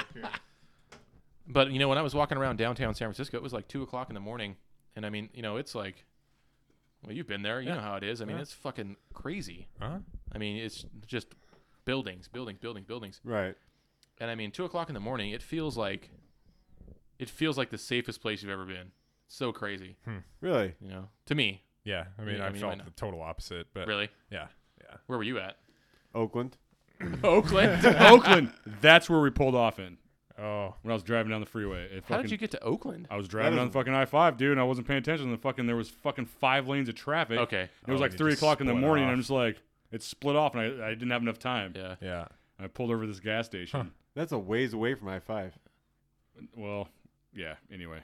But you know, when I was walking around downtown San Francisco, it was like two o'clock in the morning, and I mean, you know, it's like, well, you've been there, you Yeah. know how it is. I mean, Yeah. it's fucking crazy. Huh? I mean, it's just buildings, buildings, buildings, buildings. Right. And I mean, two o'clock in the morning, it feels like, it feels like the safest place you've ever been. So crazy, Hmm. Really? you know, to me. Yeah. I mean, Yeah, I I, mean, you might felt not- the total opposite, Uh, but Really, yeah, yeah. where were you at? Oakland. Oakland. Oakland. That's where we pulled off in Oh, when I was driving down the freeway. It How fucking, did you get to Oakland? I was driving That on is- fucking I five, dude, and I wasn't paying attention. And the fucking there was fucking five lanes of traffic. Okay. It Oh, was like you three just o'clock in the split morning. off. And I'm just like, it's split off, and I, I didn't have enough time. Yeah. yeah. And I pulled over to this gas station. That's a ways away from I five. Well, yeah. Anyway,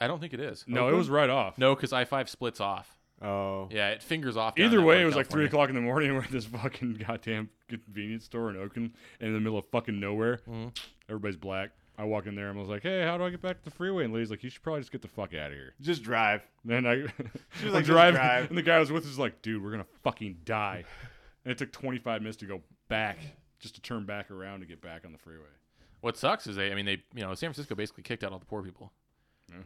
I don't think it is. no, it was right off. No, because I five splits off. Oh. Yeah, it fingers off. down Either that way, part it of was like California. three o'clock in the morning. We're at this fucking goddamn convenience store in Oakland, in the middle of fucking nowhere. Mhm. Everybody's black. I walk in there and I was like, "Hey, how do I get back to the freeway?" And the lady's like, "You should probably just get the fuck out of here." Just drive. Then I, She was I'm like, "Just driving, drive." and the guy I was with is like, "Dude, we're gonna fucking die." And it took 25 minutes to go back, just to turn back around to get back on the freeway. What sucks is they. I mean, they. You know, San Francisco basically kicked out all the poor people.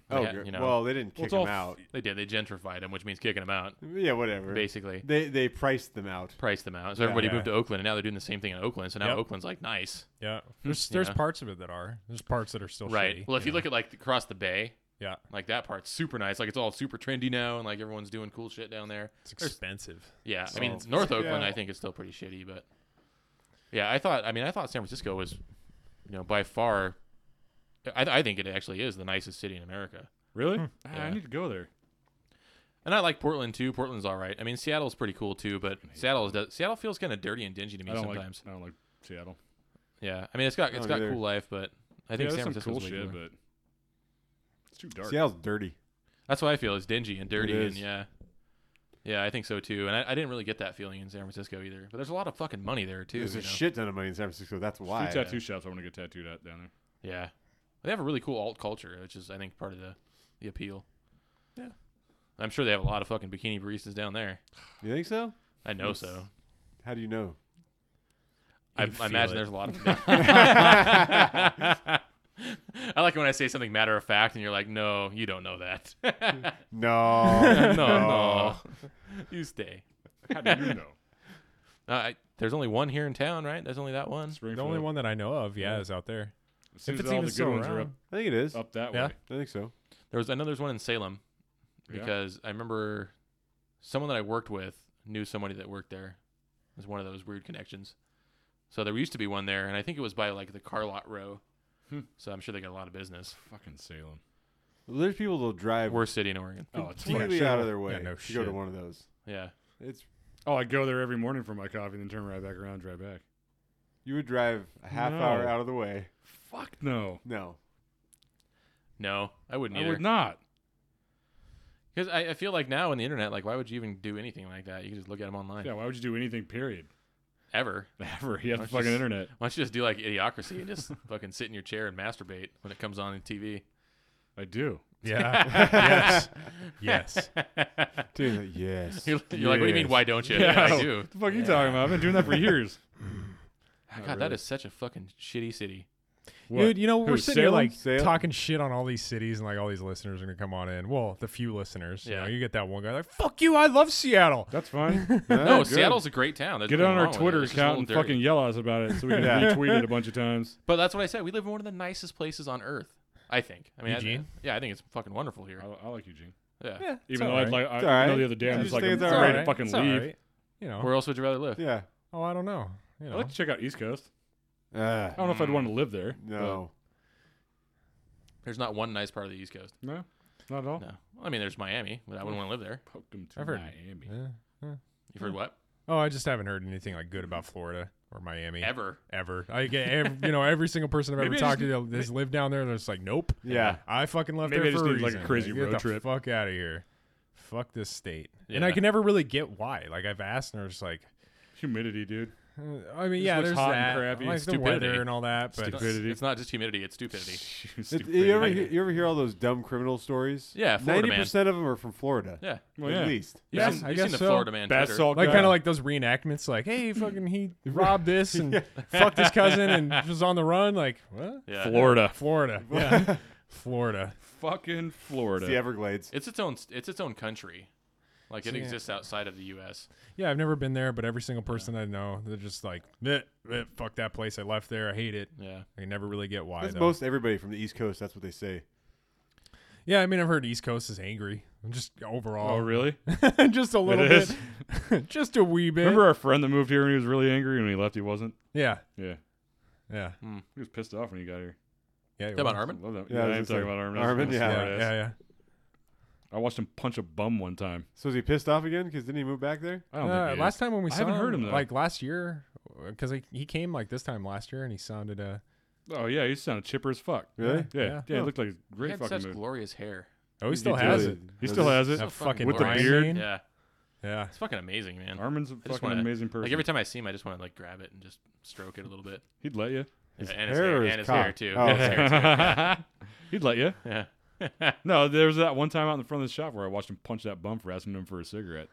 They Oh, had- good. you know, well, they didn't kick it's them all out. they did. They gentrified them, which means kicking them out. yeah, whatever. Basically, They they priced them out. priced them out. So everybody Yeah. moved to Oakland, and now they're doing the same thing in Oakland. So now Yep. Oakland's like nice, Yeah. There's there's Yeah. parts of it that are. There's parts that are still right? shitty, well, if you know? look at like across the bay, Yeah. like that part's super nice. Like it's all super trendy now, and like everyone's doing cool shit down there. It's expensive. Yeah, I mean So- North Oakland, Yeah. I think is still pretty shitty, but yeah, I thought. I mean, I thought San Francisco was, you know, by far. I, I think it actually is the nicest city in America, Really? Ah, Hmm. Yeah. I need to go there. and I like Portland too. Portland's all right. I mean, Seattle's pretty cool too, but Seattle does, Seattle feels kind of dirty and dingy to me I don't sometimes. like. I don't like Seattle. Yeah, I mean, it's got I it's don't got either. cool life, but I think San yeah, there's some Francisco's cool way shit, cooler. but it's too dark. Seattle's dirty. That's what I feel is dingy and dirty, and is. yeah, yeah, I think so too. And I, I didn't really get that feeling in San Francisco either. But there's a lot of fucking money there too. There's you a know? shit ton of money in San Francisco. That's There's why. Two tattoo shops. I want to get tattooed at down there. Yeah, they have a really cool alt culture, which is I think part of the the appeal. Yeah. I'm sure they have a lot of fucking bikini baristas down there. You think so? I know Yes. so. How do you know? I, can I feel imagine it. there's a lot of. I like it when I say something matter of fact, and you're like, "No, you don't know that." No. no, no, you stay. How do you know? Uh, I, there's only one here in town, right? There's only that one. Springfield. The only one that I know of, yeah, is out there. As soon if as it's all even the good still ones are up, around. I think it Oh. is. I up that Yeah. way. think so. There was I know there's one in Salem Yeah. because I remember someone that I worked with knew somebody that worked there. It was one of those weird connections. So there used to be one there, and I think it was by like the car lot row. Hmm. So I'm sure they got a lot of business. Fucking Salem. There's people that'll drive Worst city in Oregon. Oh, it's completely Yeah, out sure. of their way Yeah, no to go to shit. one of those. Yeah. It's Oh, I go there every morning for my coffee, and then turn right back around, and drive back. you would drive a half No. hour out of the way. Fuck no, No. No, I wouldn't I either. would not. Because I, I feel like now on the internet, like why would you even do anything like that? You can just look at them online. Yeah, why would you do anything? Period. Ever. Ever. You have the That's fucking just- internet. Why don't you just do like idiocracy and just fucking sit in your chair and masturbate when it comes on in TV? I do. Yeah. yes. Yes. Dude, like, yes. You're, you're like, what do you mean? Yes. Why don't you? Yeah. I do. What the fuck are you Yeah. talking about? I've been doing that for years. God, Not that really. is such a fucking shitty city. Dude, you know, Who, we're sitting here Salem? like Salem? talking shit on all these cities and like all these listeners are gonna come on in. Well, the few listeners. You Yeah. know, you get that one guy like, fuck you, I love Seattle. That's fine. Yeah, no, good. Seattle's a great town. There's Get nothing on our wrong with it. Twitter It's just a account and little dirty. fucking yell at us about it so we can Yeah. retweet it a bunch of times. But that's what I said. We live in one of the nicest places on earth. I think. I mean, I- Eugene? yeah, I think it's fucking wonderful here. I, I like Eugene. Yeah. Yeah. it's Even though alright. I'd like, I It's alright. know the other day, Yeah, I'm you just just like, think it's I'm alright. ready to fucking It's leave. alright. You know. Where else would you rather live? Yeah. oh, I don't know. You I'd know. like to check out East Coast. I Ah, don't know if Mm. I'd want to live there. no. There's not one nice part of the East Coast. but- No, not at all. No. I mean, there's Miami, but I wouldn't want to live there. Welcome to I've heard- Miami. Yeah. You've heard what? Oh, I just haven't heard anything like good about Florida or Miami Ever. ever. I get ev you know every single person I've ever Maybe I talked just- to that's lived down there. They're just like, nope. Yeah. I fucking left Maybe there I just for a need, like, a reason. crazy Get road the trip. Fuck out of here. Fuck this state. And I Yeah. can never really get why. Like I've asked, and they're just like, Humidity, dude. Uh, I mean, Just yeah, looks there's hot and that, crappy and like the stupidity. weather and all that. But It's, Stupidity. it's not just humidity; it's stupidity. It, Stupid. you ever Like- hear- you ever hear all those dumb criminal stories? Yeah, Florida man. percent of them are from Florida. Yeah, Well, at yeah. least. you've Yeah, seen, I you've seen guess the so. Florida man. Twitter. Basalt like guy. kind of like those reenactments, like, hey, fucking, he robbed this and fucked his cousin and was on the run. Like, what? Yeah. Florida. Florida, yeah, Florida. Fucking Florida. It's the Everglades. It's its own. It's its own country. Like it Yeah. exists outside of the U.S. Yeah, I've never been there, but every single person I know, they're just like, "Bleh, bleh, fuck that place. I left there. I hate it. Yeah, I never really get why. That's though. most everybody from the East Coast. That's what they say. yeah, I mean, I've heard East Coast is angry. Just overall, Oh, really? just a It little is. bit, just a wee bit. Remember our friend that moved here and he was really angry and when he left he wasn't? Yeah, Yeah. yeah, He was pissed off when he got here. yeah. you Come on, are. Armin. Love that. Yeah, I Yeah, was I gonna am talking say, about Armin. Armin, That's yeah. what Yeah, it yeah, is. yeah. I watched him punch a bum one time. So is he pissed off again? Because didn't he move back there? I don't Uh, think he last time when we I saw haven't heard him, though. like last year, because he came like this time last year, and he sounded uh, is. Oh yeah, he sounded chipper as fuck. Really? Yeah, yeah, Yeah. it looked like a He great had fucking such move. glorious hair. oh, he He still did has it. it. He still has it. So That fucking fucking With the line beard? scene. Yeah, yeah. it's fucking amazing, man. Armin's a just fucking wanna- amazing person. Like every time I see him, I just want to like grab it and just stroke it a little bit. He'd let you. Yeah, His and his hair hair, or his and his hair cock? too. Oh, His hair too. He'd let you. Yeah. No, there was that one time out in the front of the shop where I watched him punch that bum for asking him for a cigarette.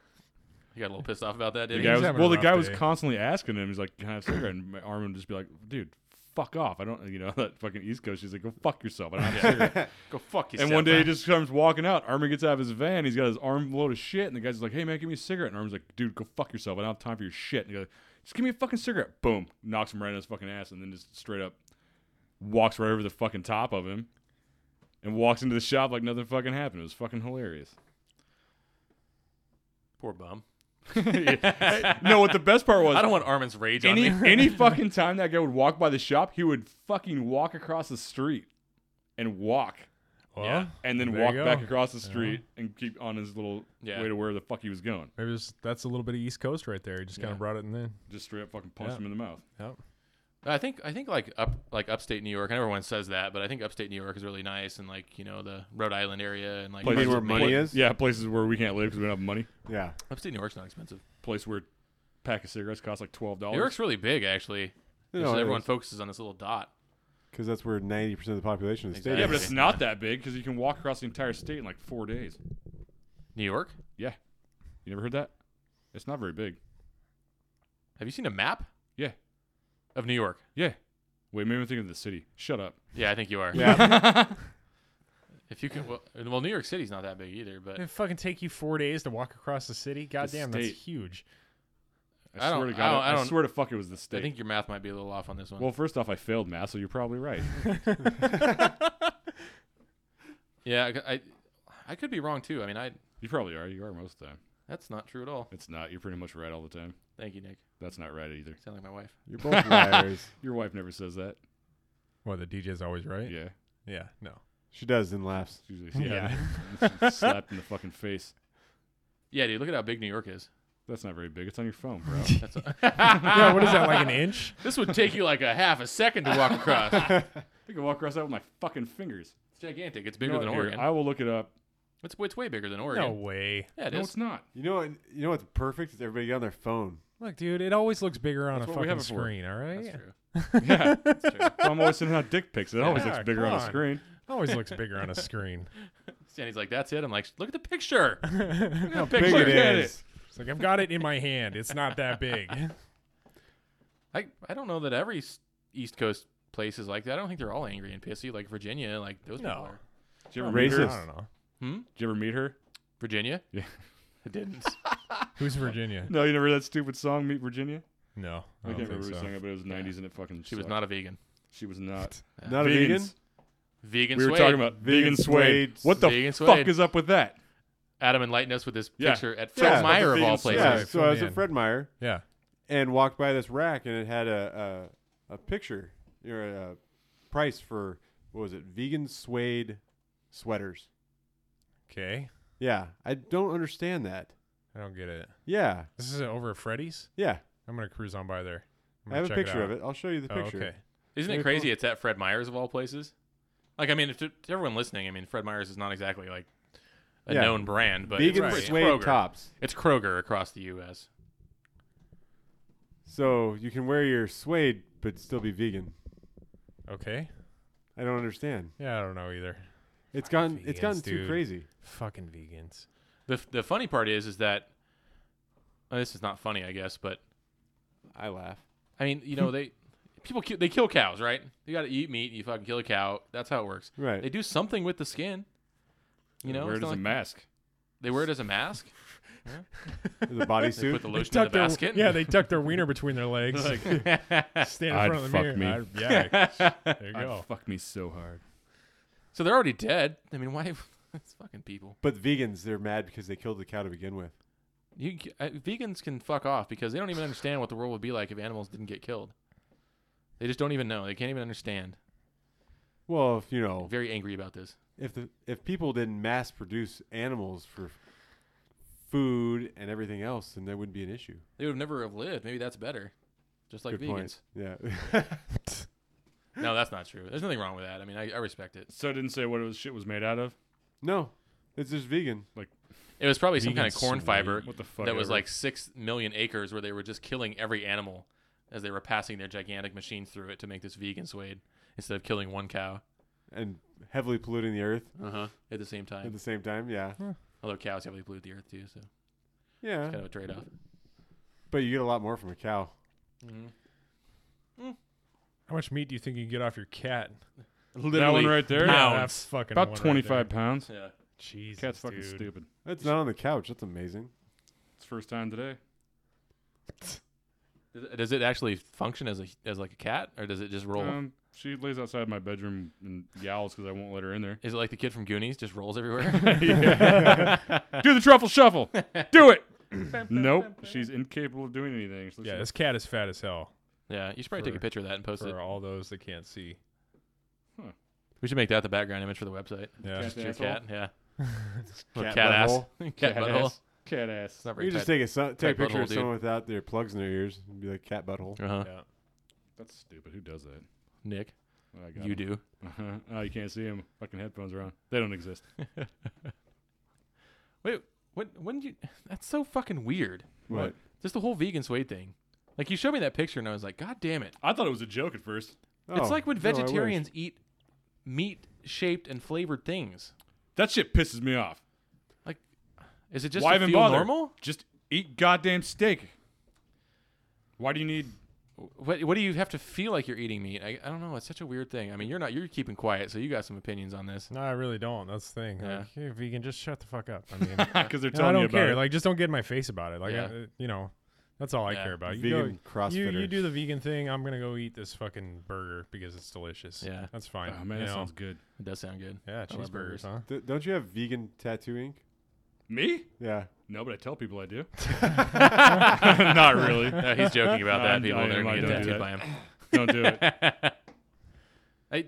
He got a little pissed off about that, The did guy he? was was, having a well, the rough guy was day. constantly asking him. He's like, "Can I have a cigarette?" And my Armin would just be like, "Dude, fuck off! I don't, you know, that fucking East Coast." She's like, "Go fuck yourself! I don't have a cigarette." Go fuck yourself. And one day he man. just comes walking out. Armin gets out of his van. He's got his arm load of shit. And the guy's like, hey, man, give me a cigarette. And Armin's like, dude, go fuck yourself. I don't have time for your shit. And he goes, just give me a fucking cigarette. Boom. Knocks him right in his fucking ass and then just straight up walks right over the fucking top of him and walks into the shop like nothing fucking happened. It was fucking hilarious. poor bum. no, what the best part was. I don't want Armin's rage any, on me. any fucking time that guy would walk by the shop, he would fucking walk across the street and walk Well, Yeah. and then There you walk go. back across the street and keep on his little Yeah. way to where the fuck he was going. maybe it's- that's a little bit of East Coast right there. He just kind Yeah. of brought it in then. Just straight up fucking punched Yeah. him in the mouth. Yep. I think I think like up like upstate New York, and everyone says that, but I think upstate New York is really nice, and like you know the Rhode Island area, and like mean Places parts where of money Maine. is? Yes. Yeah, places where we can't live because we don't have money. Yeah. Upstate New York's not expensive. Place where a pack of cigarettes costs like twelve New York's dollars. really big, actually. so everyone focuses on this little dot. because that's where ninety percent of the population of the state. Yeah, is. but it's not that big because you can walk across the entire state in like four days. New York? Yeah, you never heard that? It's not very big. Have you seen a map Yeah, of New York? yeah. Wait, maybe I'm thinking of the city. Shut up. Yeah, I think you are. Yeah. If you can, well, well, New York City's not that big either, but It fucking take you four days to walk across the city. Goddamn, that's state. huge. I, I don't- swear to I God, I, don't- I don't- swear to fuck, it was the state. I think your math might be a little off on this one. well, first off, I failed math, so you're probably right. yeah, I, I, I could be wrong too. I mean, I you probably are. You are most of the time. that's not true at all. It's not. You're pretty much right all the time. Thank you, Nick. That's not right either. You sound like my wife. You're both liars. Your wife never says that. Well, the DJ's always right. Yeah. Yeah, no. She does and laughs. She's like, yeah. She's slapped in the fucking face. Yeah, dude, look at how big New York is. That's not very big. It's on your phone, bro. That's yeah, what is that, like an inch? This would take you like a half a second to walk across. It's I can walk across that with my fucking fingers. gigantic. It's bigger You know than what? Here, Oregon. I will look it up. It's, it's way bigger than Oregon. No way. Yeah, it no, is. it's not. You know, what- you know what's perfect is everybody get on their phone. Look, dude, it always looks bigger on That's a what we have fucking it for. screen, all right? That's true. Yeah. That's true. I'm always sending out dick pics. It always Yeah, looks bigger come on a on. screen. always looks bigger on a screen. Sandy's like, that's it. I'm like, look at the picture. Look at the Big picture. it Look at it. is. It's like, I've got it in my hand. It's not that big. I, I don't know that every s- East Coast place is like that. I don't think they're all angry and pissy. Like Virginia, like those people No. are. Did you ever meet I her? Racist. don't know. Hmm? Did you ever meet her? Virginia? Yeah. I didn't. Who's Virginia? No, you never heard that stupid song, Meet Virginia? No. I, I can't don't remember think who so. sang it, but it was 90s and it fucking She was sucked. not a vegan. She was not. Not a vegan. Vegans. Vegan We were sway. talking about Vegan vegan suede. suede. What the Vegan fuck suede. is up with that? Adam enlightened us with this Yeah. picture at Fred Yeah, Meyer but of the all vegan- places. yeah. Sorry, so I was phone at in. Fred Meyer Yeah. and walked by this rack and it had a a, a picture or a price for what was it? Vegan suede sweaters. Okay. Yeah, I don't understand that. I don't get it. Yeah, This is over at Freddy's? yeah. I'm going to cruise on by there. I'm I have gonna a check picture out. of it. I'll show you the Oh, picture. okay. Isn't Very it cool. crazy? It's at Fred Meyer's of all places. Like, I mean, if to, to everyone listening, I mean, Fred Meyer's is not exactly like a Yeah. known brand, but Vegan it's, Right. it's suede Kroger. tops. It's Kroger across the U.S. So you can wear your suede but still be vegan. Oh, Okay. I don't understand. Yeah, I don't know either. It's gotten it's vegans, gotten too dude. crazy. Fucking vegans. The f- the funny part is is that uh, this is not funny, I guess, but I laugh. I mean, you know, they people ki- they kill cows, right? You got to eat meat. You fucking kill a cow. That's how it works. Right. They do something with the skin. You know, Wear It's not it as a like- mask. they wear it as a mask. the They put the bodysuit. lotion in the their, basket. Yeah, they tuck their wiener between their legs. Like, stand in I'd front of the fuck mirror. me. I'd- yeah. there you oh, go. fuck me so hard. so they're already dead. I mean, why? It's fucking people. But vegans, they're mad because they killed the cow to begin with. You c- uh, vegans can fuck off because they don't even understand what the world would be like if animals didn't get killed. They just don't even know. They can't even understand. Well, if you I'm know, very angry about this. if the if people didn't mass produce animals for food and everything else, then that wouldn't be an issue. They would never have lived. Maybe that's better. Just like Good vegans. point. Yeah. No, that's not true. There's nothing wrong with that. I mean, I, I respect it. So it didn't say what it was shit was made out of. no, it's just vegan. It was probably some Vegan kind of corn sweet. fiber What the fuck? that was ever. like six million acres, where they were just killing every animal as they were passing their gigantic machines through it to make this vegan suede instead of killing one cow and heavily polluting the earth uh-huh. at the same at time. the same time. Yeah, Although cows heavily pollute the earth too, so it's yeah. kind of a trade-off. But you get a lot more from a cow. How much meat do you think you can get off your cat? that one right there. pound. Yeah, that Pounds. fucking About one right twenty five there. pounds. Yeah. Jesus, Cat's fucking dude. stupid. That's not on the couch. That's amazing. It's first time today. Does it- Does it actually function as a as like a cat, or does it just roll? Um, she lays outside my bedroom and yowls because I won't let her in there. Is it like the kid from Goonies, just rolls everywhere? Do the truffle shuffle. Do it. nope. She's incapable of doing anything. So Yeah, she- this cat is fat as hell. yeah, you should probably take a For- picture of that and post it. For all those that can't see. We should make that the background image for the website. Yeah. Cat's Just your asshole? cat, yeah. Or Cat cat, ass, cat cat butthole. ass. Cat ass. It's not very You just tight. take a so- take a tight picture butthole, of dude. someone without their plugs in their ears and be like cat butthole. uh-huh. Yeah. That's stupid. Who does that? Nick, Oh, I got you him. do. Uh-huh. Oh, you can't see him. Fucking headphones are on. They don't exist. Wait, when when did you? That's so fucking weird. What? Just the whole vegan suede thing. Like you showed me that picture and I was like, God damn it! I thought it was a joke at first. it's Oh, like when no, I wish. vegetarians eat meat shaped and flavored things. That shit pisses me off. Is it just Why to even feel bother? normal? Just eat goddamn steak. Why do you need? What What do you have to feel like you're eating meat? I, I don't know. It's such a weird thing. I mean, you're not. You're keeping quiet, so you got some opinions on this. No, I really don't. That's the thing. Yeah. Like, hey, vegan, just shut the fuck up. I mean, Because they're no, I telling me don't about care. it. Like, just don't get in my face about it. Like, Yeah. I- you know, that's all I Yeah. care Uh, about. You go- vegan CrossFitter. You, you do the vegan thing. I'm gonna go eat this fucking burger because it's delicious. Yeah. that's fine. oh man, you that know? sounds good. It does sound good. yeah, I love cheeseburgers, burgers. huh? Th- don't you have vegan tattoo ink? Me? Yeah. No, but I tell people I do. Not really. No, he's joking about No, that. I'm- People I are never am, I gonna get don't do tattooed that. by him. Don't do it. I,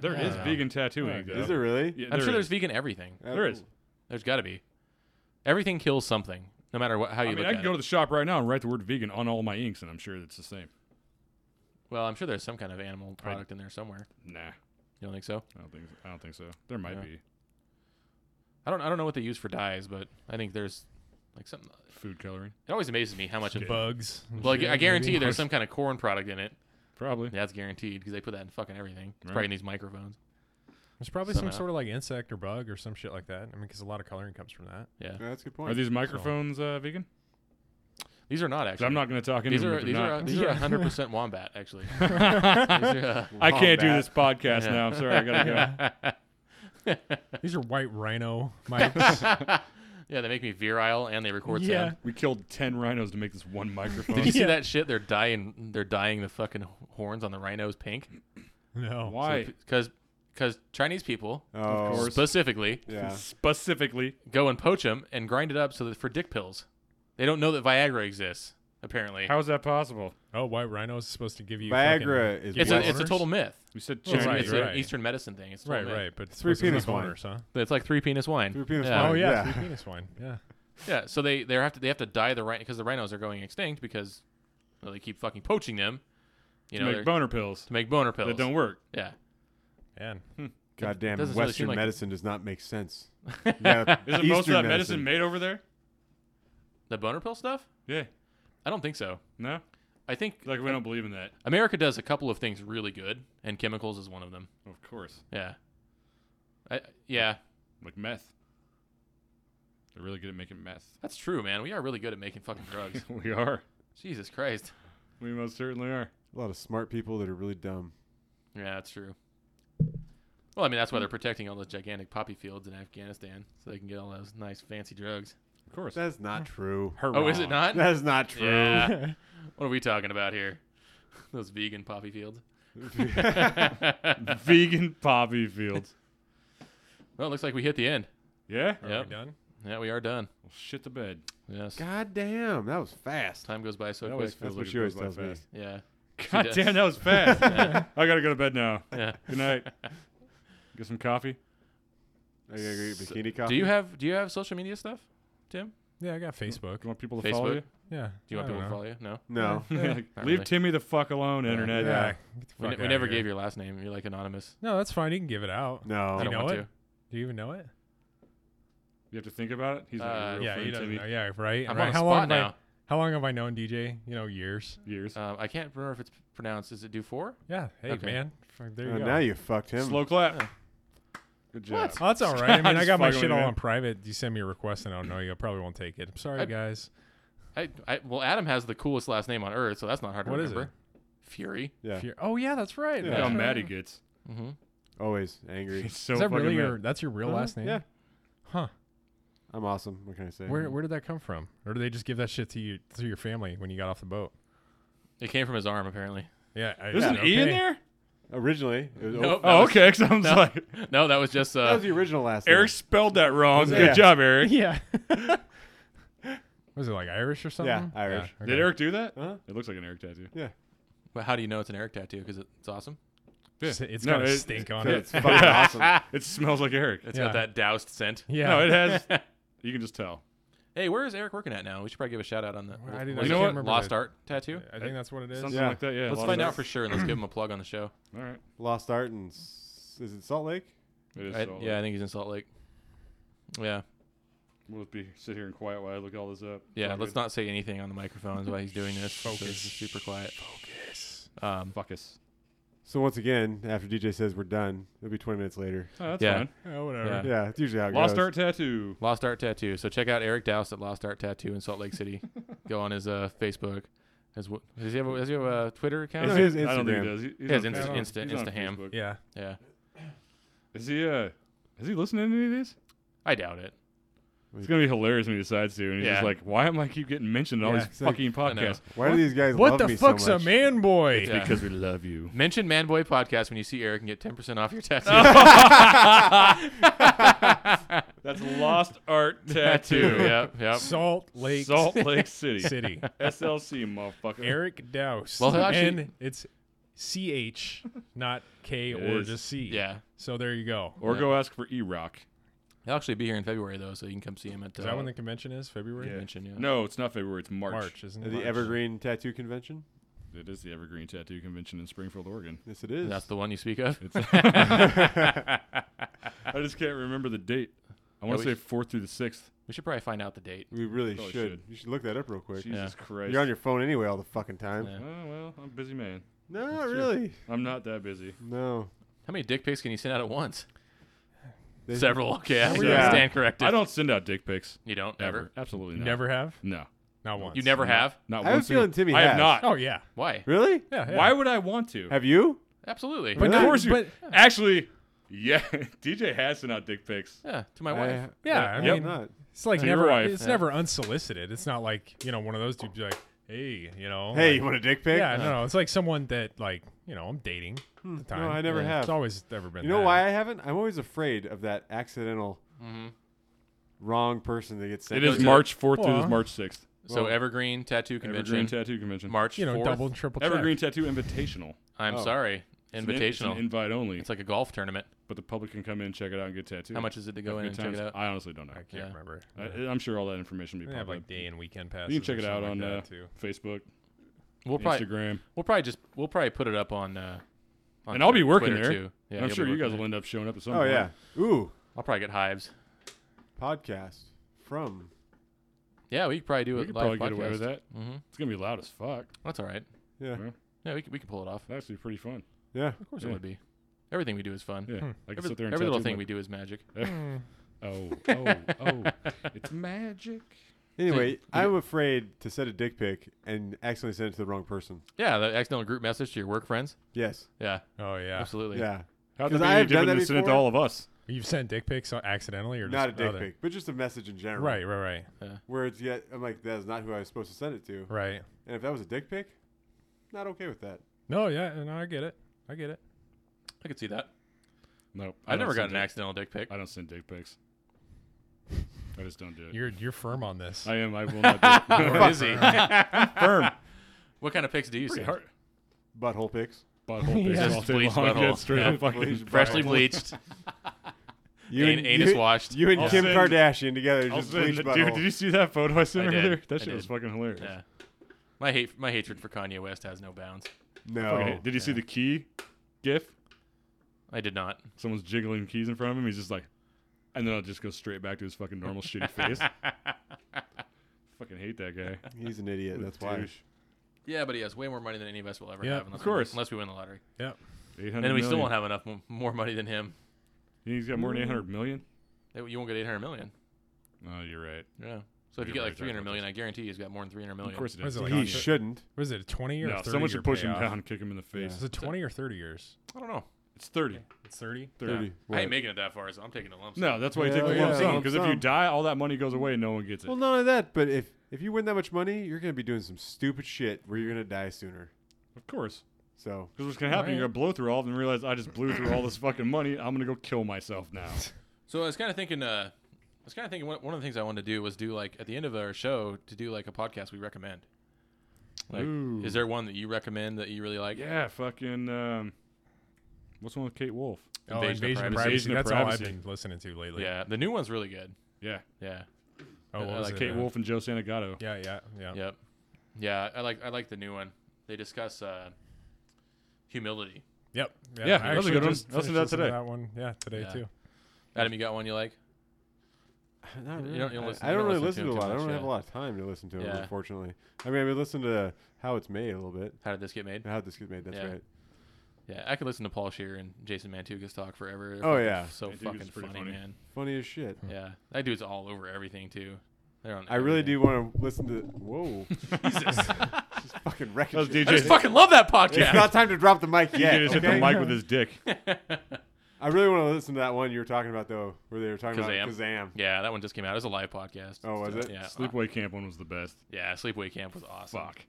There Yeah. is vegan tattooing. Yeah. though. Is it really? Yeah, I'm there sure is. there's vegan everything. Uh, There is. There's got to be. Everything kills something, no matter what, how you I mean, look I at could go it. to the shop right now and write the word vegan on all my inks, and I'm sure it's the same. Well, I'm sure there's some kind of animal product in there somewhere. Nah, You don't think so? I don't think. I don't think so. There might Yeah. be I don't. I don't know what they use for dyes, but I think there's like something. food coloring, It always amazes me how much. Of, Bugs. and well, I, shit, gu- I guarantee maybe. there's some kind of corn product in it. probably. That's guaranteed because they put that in fucking everything. It's Right. probably in these microphones. There's probably somehow. some sort of like insect or bug or some shit like that. I mean, because a lot of coloring comes from that. Yeah, Yeah, that's a good Are point. these microphones uh, vegan? these are not 'Cause actually. I'm not going to talk into These them. are if they're these are, not. these are Yeah. 100 percent wombat actually. These are, I can't do Wombat. this podcast Oh, Yeah. now. I'm sorry. I gotta go. uh, These are white rhino mics. yeah, they make me virile and they record Yeah. sound. We killed ten rhinos to make this one microphone. Did you see Yeah. that shit? They're dyeing they're dyeing the fucking horns on the rhinos pink. no. Why? Because because Chinese people Oh, Of course. specifically Yeah. Specifically, go and poach them and grind it up so that for dick pills. They don't know that Viagra exists. Apparently, how is that possible? Oh, white rhino is supposed to give you fucking- Viagra is it's what? a, it's a Boners? total myth. You said Well, It's, right, Chinese. it's an right. Eastern medicine thing. It's a Right, total myth. right. But it's Three supposed to give penis you wine. boners, huh? It's like three penis wine. Three penis Yeah. Oh wine. yeah, Yeah. three penis wine. Yeah. Yeah, so they they have to they have to dye the rhino because the rhinos are going extinct because well, they keep fucking poaching them. You to know, make they're- boner pills to make boner pills. that don't work. yeah, Man. Goddamn, Doesn't really Western seem like it. medicine does not make sense. Yeah, Isn't most of that medicine made over there? the boner pill stuff. Yeah. I don't think so. No. I think Like we don't believe in that. America does a couple of things really good, and chemicals is one of them. Of course. Yeah. I, yeah, Like meth. They're really good at making meth. that's true, man. We are really good at making fucking drugs. we are. Jesus Christ. We most certainly are. A lot of smart people that are really dumb. Yeah, that's true. Well, I mean, that's why they're protecting all those gigantic poppy fields in Afghanistan, so they can get all those nice fancy drugs. Of course. That's not true. Oh, is it not? That's not true. Yeah. what are we talking about here? Those vegan poppy fields. well, Vegan poppy fields. it looks like we hit the end. Yeah? Are Yep. we done? Yeah, we are done. Well, shit the bed. Yes. God damn, that was fast. Time goes by so That quick. was- That's Feels what like she it always goes by tells me. fast. yeah. God does. damn, that was fast. I gotta go to bed now. Yeah. Good night. Get some coffee. I gotta go get So- bikini coffee. Do you have Do you have social media stuff, Tim? Yeah, I got Facebook. You want people to follow Facebook? you? Yeah. Do you want I people to don't know. follow you? No. No. Yeah. Like, Not leave really. Timmy the fuck alone, internet. Yeah. Get the We, fuck ne- we outta never here. gave your last name. You're like anonymous. No, that's fine. You can give it out. No. I You don't know want it? to. Do you even know it? You have to think about it. He's not Uh, a real yeah, friend, you don't Timmy. know. Yeah, right. I'm right. on the how long spot have now. I, how long have I known DJ? You know, years. Years. Um, I can't remember if it's pronounced. Is it Dufour? Yeah. Hey, Okay. man. Fuck, there you Uh, go. now you fucked him. Slow clap. Yeah. Good job. Oh, that's all right. I mean, I Just got my fucking shit with all you. on private. You send me a request, and I don't know you. I probably won't take it. I'm sorry, I- guys. I, I, well, Adam has the coolest last name on earth, so that's not hard to What is remember. Fury. Yeah. If you're- oh yeah, that's right. Yeah. Look That's how right. mad he gets. Mm-hmm. Always angry. He's so Is that fucking really mad. your? That's your real Uh-huh, last name? Yeah. Huh. I'm awesome. What can I say? Where where did that come from? Or did they just give that shit to you to your family when you got off the boat? It came from his arm, apparently. Yeah. I- There's an yeah, E in okay. there? Originally, it was Nope. That Oh, was- okay. 'cause I was No. like, No, that was just that uh, was the original last name. Eric spelled that wrong. Yeah. Good job, Eric. Yeah. Was it like Irish or something? Irish. okay. Did Eric do that? Huh? It looks like an Eric tattoo. But how do you know it's an Eric tattoo? Because it's awesome. It's, it's No, got a it- stink on That's it. fucking awesome. It smells like Eric. It's Yeah. got that doused scent. Yeah. No, it has. You can just tell. Hey, where is Eric working at now? We should probably give a shout out on the I didn't- what I is can't it? remember Lost the- Art tattoo. I think that's what it is. Something Yeah. like that. Yeah. a Let's lot of find those. out for sure and let's give him a plug on the show. All right. Lost Art and s- is it Salt Lake? It is. I- solid. yeah, I think he's in Salt Lake. Yeah, We'll just be sit here and quiet while I look all this up. yeah. Fuck Let's it. not say anything on the microphones while he's doing this. Focus. This is super quiet. Focus. Um, Fuck us. So once again, after DJ says we're done, it'll be 20 minutes later. Oh, that's Yeah. fine. Oh, whatever. Yeah. Yeah, it's usually how it Lost goes. art tattoo. Lost Art Tattoo. So check out Eric Douse at Lost Art Tattoo in Salt Lake City. Go on his uh, Facebook. His, wh- does he have a, does he have a Twitter account? Is Is he- yeah. his I don't think Instagram. he does. He, he's He has on Insta- Facebook. Insta- He's on Instaham. Facebook. Yeah. Is he? Uh, is he listening to any of these? I doubt it. It's gonna be hilarious when he decides to. And he's just Yeah. like, "Why am I keep getting mentioned in all Yeah. these It's like- fucking I know. podcasts?" Why do these guys What love the me fuck's so a much? man boy? Yeah. Because we love you. Mention Manboy Podcast when you see Eric and get 10% off your tattoo. That's lost art tattoo. tattoo. yep, yep. Salt Lake Salt Lake City. City. SLC, motherfucker. Eric Douse. Well, he'll actually- and it's C H, not K It or is. just C. Yeah. So there you go. Or go ask for E Rock. He'll actually be here in February, though, so you can come see him at Is uh, that when the convention is? February? convention. Yeah. No, it's not February. It's March. March, isn't The it? March. Evergreen Tattoo Convention? It is the Evergreen Tattoo Convention in Springfield, Oregon. Yes, it is. That's the one you speak of? It's I just can't remember the date. I want we to say should- fourth through the sixth. We should probably find out the date. we really Probably should. should. You should look that up real quick. Jesus Christ! You're on your phone anyway all the fucking time. Yeah. Oh, well, I'm a busy man. No, That's not true. really. I'm not that busy. No. How many dick pics can you send out at once? They- Several. Okay, I Yeah. stand corrected. I don't send out dick pics You don't ever. ever. Absolutely You not. never have? No. Not once. You never Not- have. Not I have a once. feeling Timmy I have has. not. Oh, yeah. Why? Really? Yeah. yeah. Why would I want to? Have you? Absolutely. But of not- course you. but- Actually, yeah. DJ has sent out dick pics. yeah, to my I- wife. Yeah, I no, mean, not. It's like To your never. wife. It's Yeah. never unsolicited. It's not like you know one of those dudes be like, hey, you know, Hey, like- you want a dick pic? oh yeah, no, no. It's like someone that like you know I'm dating at the time. No, I never Yeah. have. It's always ever been. You know that. why I haven't? I'm always afraid of that accidental wrong person that gets sent. It is Look to. Mm-hmm. it March fourth through Well. the March sixth. So Well- Evergreen Tattoo Convention, Evergreen Tattoo Convention. March You know, 4th. double and triple check. Evergreen Tattoo Invitational. I'm Oh. sorry. It's an in- it's an Invitational. invite only. It's like a golf tournament. but the public can come in, check it out, and get tattooed. How much is it to Have go in good and check times. it out? I honestly don't know. I can't Yeah. remember. I, I'm sure all that information will They be have public. like day and weekend passes. you can check or it out something on like that, uh, too. Facebook, We'll probably Instagram, we'll probably just we'll probably put it up on. Uh, on and I'll be Twitter working there. too. Yeah, I'm you'll sure be you guys working will end up showing up at some Oh point. yeah. Ooh, there. I'll probably get hives. podcast from Yeah, we could probably do We it could live probably get away with that. hmm It's gonna be loud as fuck. That's all right. Yeah. Yeah, we could, we could pull it off. It's actually pretty fun. Yeah. Of course it Yeah. would be. Everything we do is fun. Hmm. Yeah, I can Every, sit there and every little tattoo thing my- we do is magic. Hmm. Oh, oh, oh! it's magic. Anyway, you- I'm afraid to send a dick pic and accidentally send it to the wrong person. Yeah, the accidental group message to your work friends. Yes. Yeah, Oh yeah. absolutely. Yeah. How 'Cause did I they have done different that than send it to before. all of us? You've sent dick pics accidentally or Not a just dick other- pic, but just a message in general. Right, right, right, Where it's yet, I'm like, that's not who I was supposed to send it to. right. And if that was a dick pic, not okay with that. No, yeah, no, I get it. I get it. I could see that. No, I, never got don't send an dick- accidental dick pic. I don't send dick pics. I just don't do it. You're you're firm on this. I am. I will not do it. Or is he? Firm. What kind of pics do you Pretty send? hard. Butthole pics. Butthole pics Just all day bleach long. butthole. Yeah, straight Yeah. up fucking Freshly butthole. bleached, You an- anus you, washed. You and I'll Kim send- Kardashian together I'll just send bleach it- butthole. Dude, did you see that photo I sent I earlier? did. That I shit was did. fucking hilarious. yeah. My hate, my hatred for Kanye West has no bounds. Fucking no. hate- Did you see the key gif? I did not. Someone's jiggling keys in front of him. He's just like, and then I'll just go straight back to his fucking normal shitty face. Fucking hate that guy. He's an idiot. That's why. Douche. Yeah, but he has way more money than any of us will ever Yeah, have. of Unless course. we, unless we win the lottery, 800 and then we still million. won't have enough m- more money than him. You think He's got more than 800 million? They- You won't get eight hundred million. Oh, you're right. Yeah. So if you You're get right, like Jack, three hundred about million, I guarantee he's got more than three hundred million. Of course it What is. is it, like He Kanye. shouldn't. Was it a twenty or No, a thirty? someone year should push payoff? him down, kick him in the face. Is it twenty or thirty years? I don't know. It's 30. It's thirty. 30. I What? ain't making it that far, so I'm taking a lump. sum. No, that's why you take Yeah, the yeah, lump sum. lump Because if you sum. die, all that money goes away and no one gets it. Well, none of that. But if if you win that much money, you're gonna be doing some stupid shit where you're gonna die sooner. of course. So Because what's going to happen, you're going to blow through all of them and realize I just blew through all this fucking money. I'm going to go kill myself now. So I was kind of thinking. Uh, I was kind of thinking one, one of the things I wanted to do was do like at the end of our show to do like a podcast we recommend. Like, Ooh. is there one that you recommend that you really like? yeah, fucking. Um, what's the one with Kate Wolf? Oh, invasion, of privacy. Invasion of That's all Privacy. I've been listening to lately. Yeah, the new one's really good. Yeah. Yeah. Oh, I what was like it, Kate uh, Wolf and Joe Santagato. Yeah, yeah, yeah. Yep. Yeah, I like I like the new one. They discuss uh, humility. Yep. Yeah, I that was a actually good one. just Listened to finished listening that today. That one. Yeah, today Yeah. too. Adam, you got one you like? not You really. don't- you don't I- listen- I, you don't don't listen really to listen to a him too lot. I don't much, have a yeah. lot of time to listen to him, Yeah. unfortunately. I mean, I've been listening to how it's made a little bit. How did this get made? How this gets made. That's Yeah. right. Yeah, I could listen to Paul Shear and Jason Mantukas talk forever. They're Oh, fucking yeah. so Mantukas fucking is pretty funny, funny. man. Funny as shit. Yeah, that dude's all over everything too. They're on. I really do everything. want to listen to. Whoa, Jesus! Just fucking That was wrecking. I shit. DJ. just fucking love that It's podcast. not time to drop the mic DJ yet. just okay? hit the mic with his dick. I really want to listen to that one you were talking about though, where they were talking about Kazam. Yeah, that one just came out. It was a live podcast. Oh, was Still- it? Yeah. uh, Sleepaway Camp one was the best. yeah, Sleepaway Camp was awesome. Fuck.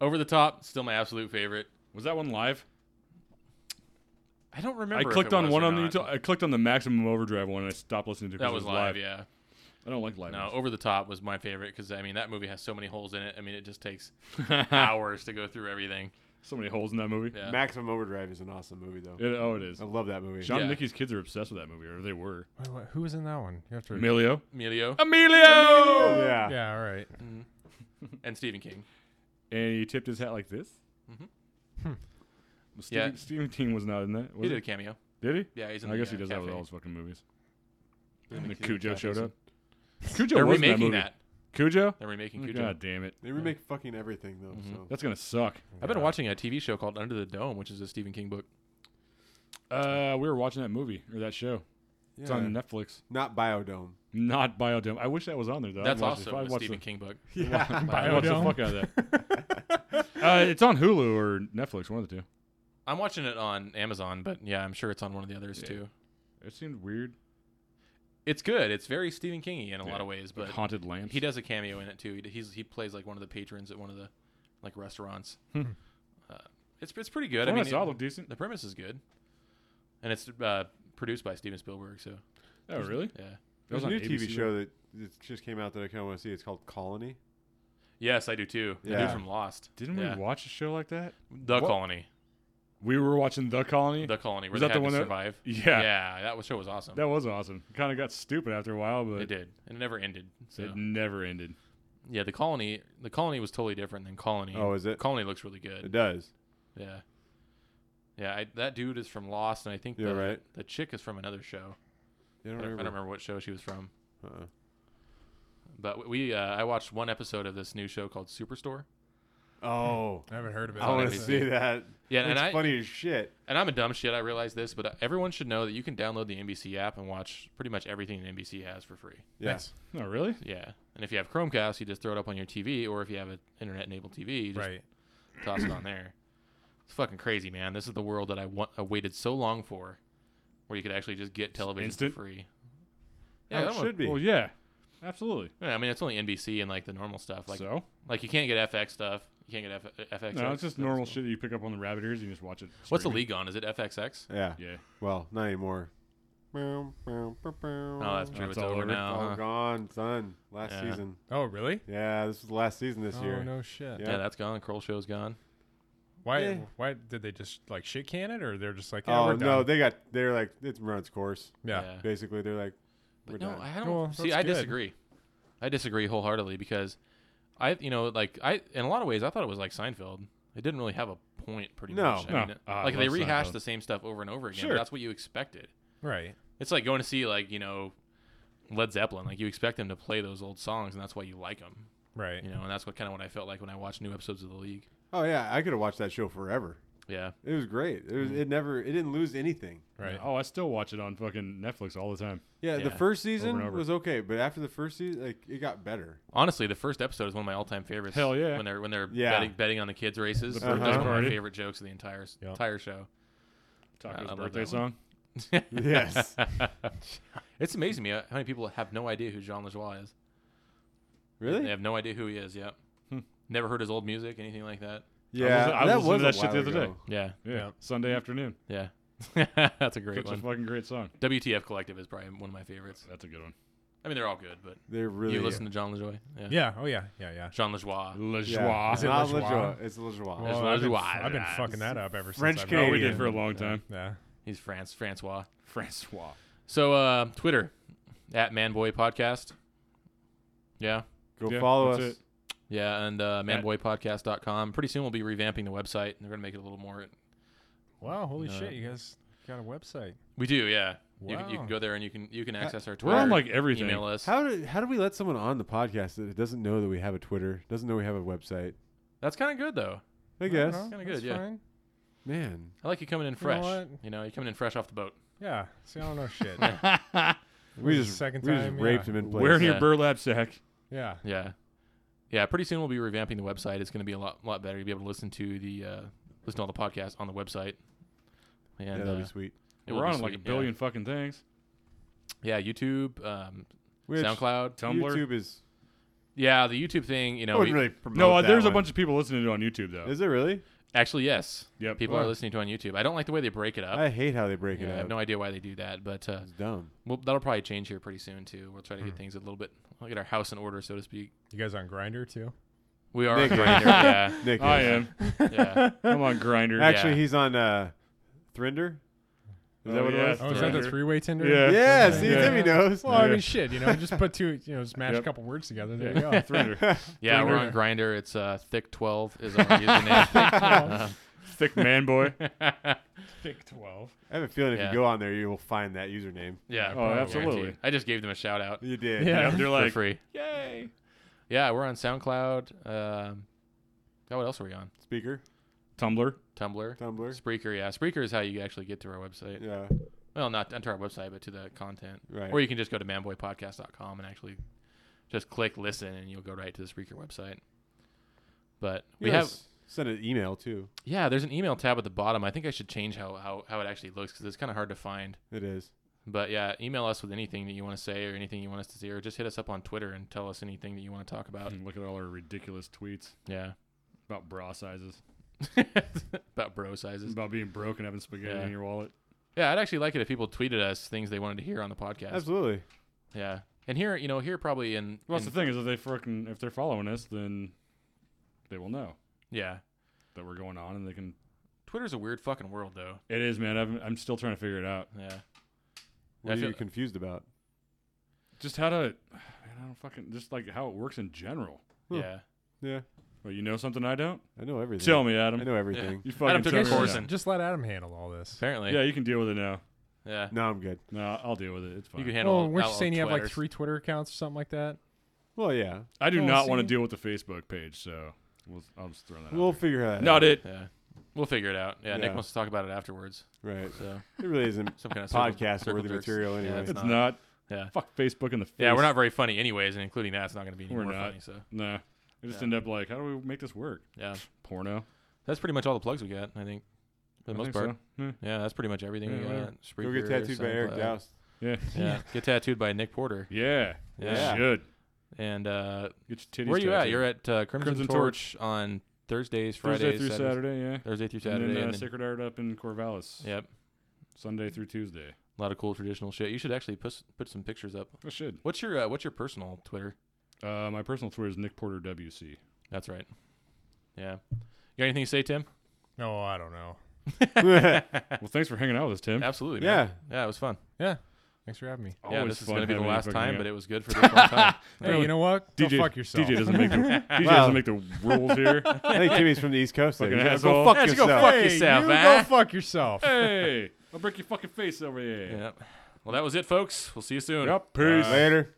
Over the top, still my absolute favorite. Was that one live? I don't remember. I if clicked it on was one or on the not. YouTube. I clicked on the Maximum Overdrive one and I stopped listening to it 'cause That it was live, yeah. I don't like live. No, music. Over the Top was my favorite because I mean that movie has so many holes in it. I mean it just takes hours to go through everything. so many holes in that movie. Yeah. Maximum Overdrive is an awesome movie though. It- oh, it is. I love that movie. John Yeah. and Mickey's kids are obsessed with that movie, or they were. Wait, what- who was in that one? You have to. Emilio. Emilio Emilio. yeah. Yeah. All right. and Stephen King. And he tipped his hat like this. Mhm. Hmm. Stephen, Yeah. Stephen King was not in that. He Was did a cameo. Did he? Yeah, he's in I the, guess he uh, does that with cafe. all his fucking movies. He's in And the then cafe. Cujo showed up. They're Cujo was in that remaking movie. that. Cujo. They're remaking Cujo. God damn it. They remake fucking everything though. Mhm. So That's gonna suck. I've been Yeah. watching a TV show called Under the Dome, which is a Stephen King book. Uh, we were watching that movie or that show. It's Yeah. on Netflix. not Biodome. Not Biodome. I wish that was on there though. I'd That's watch it. also I'd a watch Stephen the, King book. Yeah. I'd watch the Biodome. fuck out of that. uh, it's on Hulu or Netflix, one of the two. I'm watching it on Amazon, but yeah, I'm sure it's on one of the others Yeah. too. It seemed weird. It's good. It's very Stephen Kingy in a Yeah. lot of ways, Like but haunted lamps. he does a cameo in it too. He he's, he plays like one of the patrons at one of the like restaurants. Hmm. Uh, it's it's pretty good. I, I mean, saw it- looked decent. the premise is good, and it's uh, produced by Steven Spielberg. So Oh, really? yeah, That There's was a on new ABC, TV show that it just came out that I kind of want to see. It's called Colony. yes, I do too. The dude Yeah. from Lost. Didn't Yeah. we watch a show like that? The What? Colony? We were watching The Colony. The Colony. Where Was they that had the one to that- survive? yeah, yeah, that was, show was awesome. that was awesome. Kind of got stupid after a while, but it did. and It never ended. So it never ended. yeah, the Colony. The Colony was totally different than Colony. Oh, is it? Colony looks really It good. does. Yeah. Yeah, I, that dude is from Lost, and I think Yeah, the, right. the chick is from another show. Yeah, I don't, I don't remember what show she was from. Uh-uh. But we, uh, I watched one episode of this new show called Superstore. Oh, I haven't heard of it. I want to NBC. see that. Yeah, it's and I funny as shit. and I'm a dumb shit. I realize this, but everyone should know that you can download the NBC app and watch pretty much everything that NBC has for free. Yeah. Oh, really? Yeah, and if you have Chromecast, you just throw it up on your TV, or if you have an internet-enabled TV, you just Right. toss it on there. It's fucking crazy, man. This is the world that I want. I waited so long for, where you could actually just get television instant? for free. Yeah, Yeah, Oh, it that one- should be. Well, yeah, absolutely. yeah, I mean, it's only NBC and like the normal stuff. Like, so like you can't get FX stuff. You can't get F- FX. no, it's just normal shit that you pick up on the rabbit ears and you just watch it. What's the streaming. league on? Is it FXX? yeah. Yeah, Well, not anymore. Oh, Oh, that's that's true. That's it's all over, over. now. All huh? gone, son. Last Yeah. season. Oh, really? Yeah, this was the last season this oh year. no shit. Yeah, that's gone. Kroll show's gone. Why? Yeah. Why did they just like shit can it, or they're just like, yeah, oh we're no, done. they got. They're like, it's run its course. yeah. Basically, they're like, we're But no, done. I don't Well, see. that's I good. disagree. I disagree wholeheartedly because I, you know, like I, in a lot of ways, I thought it was like Seinfeld. It didn't really have a point, pretty No. much. I No. it- Ah, I like they love rehashed Seinfeld. the same stuff over and over again. but Sure. that's what you expected. Right. It's like going to see like you know Led Zeppelin. Like you expect them to play those old songs, and that's why you like them. Right. You know, and that's what kind of what I felt like when I watched new episodes of the League. oh yeah, I could have watched that show forever. Yeah, It was great. It was. Mm. It never. It didn't lose anything. Right. Oh, I still watch it on fucking Netflix all the time. Yeah, the Yeah. first Over season and over. was okay, but after the first season, like it got better. honestly, the first episode is one of my all-time favorites. Hell yeah. When they're when they're Yeah. betting, betting on the kids races, The that's birthday one of my party. favorite jokes of the entire Yeah. entire show. I Taco's love birthday that one. song. Yes. it's amazing me uh, how many people have no idea who Jean Lajoie is. They Really? have no idea who he is. Yep. Hmm. Never heard his old music, anything like that. Yeah, I that listened to was a that shit the while other ago. day. Yeah. Yeah. Yeah. Sunday afternoon. Yeah. That's a great Such one. a fucking great song. WTF Collective is probably one of my favorites. That's a good one. I mean, they're all good, but They're really. you listen to John LaJoie. Yeah. Yeah. Oh yeah. Yeah. Yeah. Jean LaJoie. La Yeah. Joie. Is it Not LaJoie? LaJoie, It's LaJoie. Well, I've, been, Lajoie. I've been fucking that up ever since. French I've- Oh, we Canadian. did for a long time. Yeah. He's France Francois. Francois. So uh, Twitter at Manboy Podcast. Yeah. Go Yeah, follow us. that's it. Yeah, and uh, At- manboypodcast.com. Pretty soon we'll be revamping the website. and They're going to make it a little more. Wow. Holy No. shit! You guys got a website. We do, yeah. You, can, you Wow. can go there and you can you can access our Twitter. We're on like everything. email us. How do how do we let someone on the podcast that doesn't know that we have a Twitter, doesn't know we have a website? That's kind of good though. I guess. don't know. Kinda good, That's yeah. fine. Man. I like you coming in fresh. You know, what? you're coming in fresh off the boat. Yeah. See, I don't know shit. We This is just, the second we just time, raped yeah. him in place. Wearing Yeah. your burlap sack. yeah. Yeah, yeah. Pretty soon we'll be revamping the website. It's going to be a lot lot better. You'll be able to listen to the uh, listen to all the podcasts on the website. yeah, And that'd uh, be sweet. it will We're be on like a sweet, billion fucking things. Yeah, yeah YouTube, um, Which SoundCloud. Tumblr. YouTube is. Yeah, the YouTube thing. You I know, we, wouldn't really promote No, uh, that there's a one. bunch of people listening to it on YouTube though. Is it really? actually, yes, yep. people are Wow. listening to it on YouTube. I don't like the way they break it up. I hate how they break Yeah, I it have up. no idea why they do that, but uh, it's dumb. we'll, that'll probably change here pretty soon too. We'll try to get Hmm. things a little bit, we'll get our house in order, so to speak. You guys on Grinder too? We are on Nick is. Grindr, yeah, Nick I is. am. yeah. I'm on grinder. Act- Actually, Yeah. he's on uh, Thrinder. Is that Oh, what yeah. it was? Oh, is that the Grindr. three-way Tinder? Yeah. Yeah, Okay. see, Yeah. Timmy knows. Well, I Yeah. mean, shit. You know, just put two. You know, just mash Yep. a couple words together. There yeah. you go. Thrinder. Yeah, we're Grindr. on Grinder. It's uh, thick twelve is our username. Thick man boy. Um, Thick twelve. I have a feeling if Yeah. you go on there, you will find that username. yeah, Oh, probably. absolutely. I just gave them a shout out You did. Yeah. Yep, they're for like, free. yay. Yeah, we're on SoundCloud. Um, oh, what else are we on? Speaker, Tumblr. Tumblr, Tumblr. Spreaker. Yeah, Spreaker is how you actually get to our website. Yeah. Well, not onto our website, but to the content. Right. Or you can just go to manboypodcast.com and actually just click listen, and you'll go right to the Spreaker website. But You we guys have send an email too. yeah, there's an email tab at the bottom. I think I should change how how, how it actually looks because it's kind of hard to find. It is. But yeah, email us with anything that you want to say or anything you want us to see, or just hit us up on Twitter and tell us anything that you want to talk about. Look at all our ridiculous tweets Yeah, about bra sizes, about bro sizes. about being broke and having spaghetti Yeah. in your wallet. Yeah, I'd actually like it if people tweeted us things they wanted to hear on the podcast. Absolutely. Yeah, and here, you know, here probably in, Well, that's in- the thing is if they fucking if they're following us, then they will know yeah, that we're going on, and they can. Twitter's a weird fucking world though. It is, man. I'm, I'm still trying to figure it out. Yeah, What I are you feel- confused about? Just how to, man. I don't fucking just like how it works in general. Hmm. yeah. Yeah. Well, you know something I don't. I know everything. Tell me, I Adam. know everything. You fucking Adam took tell his me right course now. and- Just let Adam handle all this. Apparently, Yeah, you can deal with it now. yeah. No, I'm good. No, I'll deal with it. It's You fine. can Oh, handle. weren't you all saying you have like Twitters. three Twitter accounts or something like that? Well, yeah. I do Oh, Well, not want to see. deal with the Facebook page, so we'll, I'll just throw that We'll out. figure that there. Not out. it. Yeah. We'll figure it out. Yeah, Yeah. Nick wants to talk about it afterwards. Right. So It really isn't some kind of circle- podcast circle worthy jerks. material anyway. it's It's not. not. Yeah. Fuck Facebook in the face. Yeah, we're not very funny anyways, and including that, it's not going to be any We're more not. funny. So Nah. I just Yeah. end up like, how do we make this work? yeah, Porno. that's pretty much all the plugs we got. I think for the I most think part. so. Yeah. Yeah, that's pretty much everything Yeah, we got. whatever. Go get Spreaker, tattooed by Eric SoundCloud. Doust. Yeah. Yeah, get tattooed by Nick Porter. Yeah. Yeah. Yeah. Should. And uh, Get your titties where are you at? tattooed. You're at uh, Crimson, Crimson Torch, on Thursdays, Fridays, Thursday through Saturdays- Saturday, yeah. Thursday through and Saturday. then, uh, and then- Sacred Art up in Corvallis. yep, Sunday through Tuesday. a lot of cool traditional shit. You should actually put put some pictures up. I should. What's your uh, what's your personal Twitter? Uh, my personal Twitter is Nick Porter WC. That's right. Yeah. You got anything to say, Tim? No, I don't know. Well, thanks for hanging out with us, Tim. Absolutely. Man. yeah. Yeah, it was fun. Yeah. Thanks for having me. yeah, Always this is fun going to be the having you last fucking time, out. but it was good for this one time. Hey, you know what? Go DJ fuck yourself. DJ doesn't make the DJ Wow. doesn't make the rules here. I think Timmy's from the East Coast. Like, Fucking you gotta asshole. Go fuck Yeah, just go yourself. fuck hey, yourself, eh? you huh? go fuck yourself. hey, I'll break your fucking face over here. yeah. Well, that was it, folks. We'll see you soon. Yep. Peace. Later.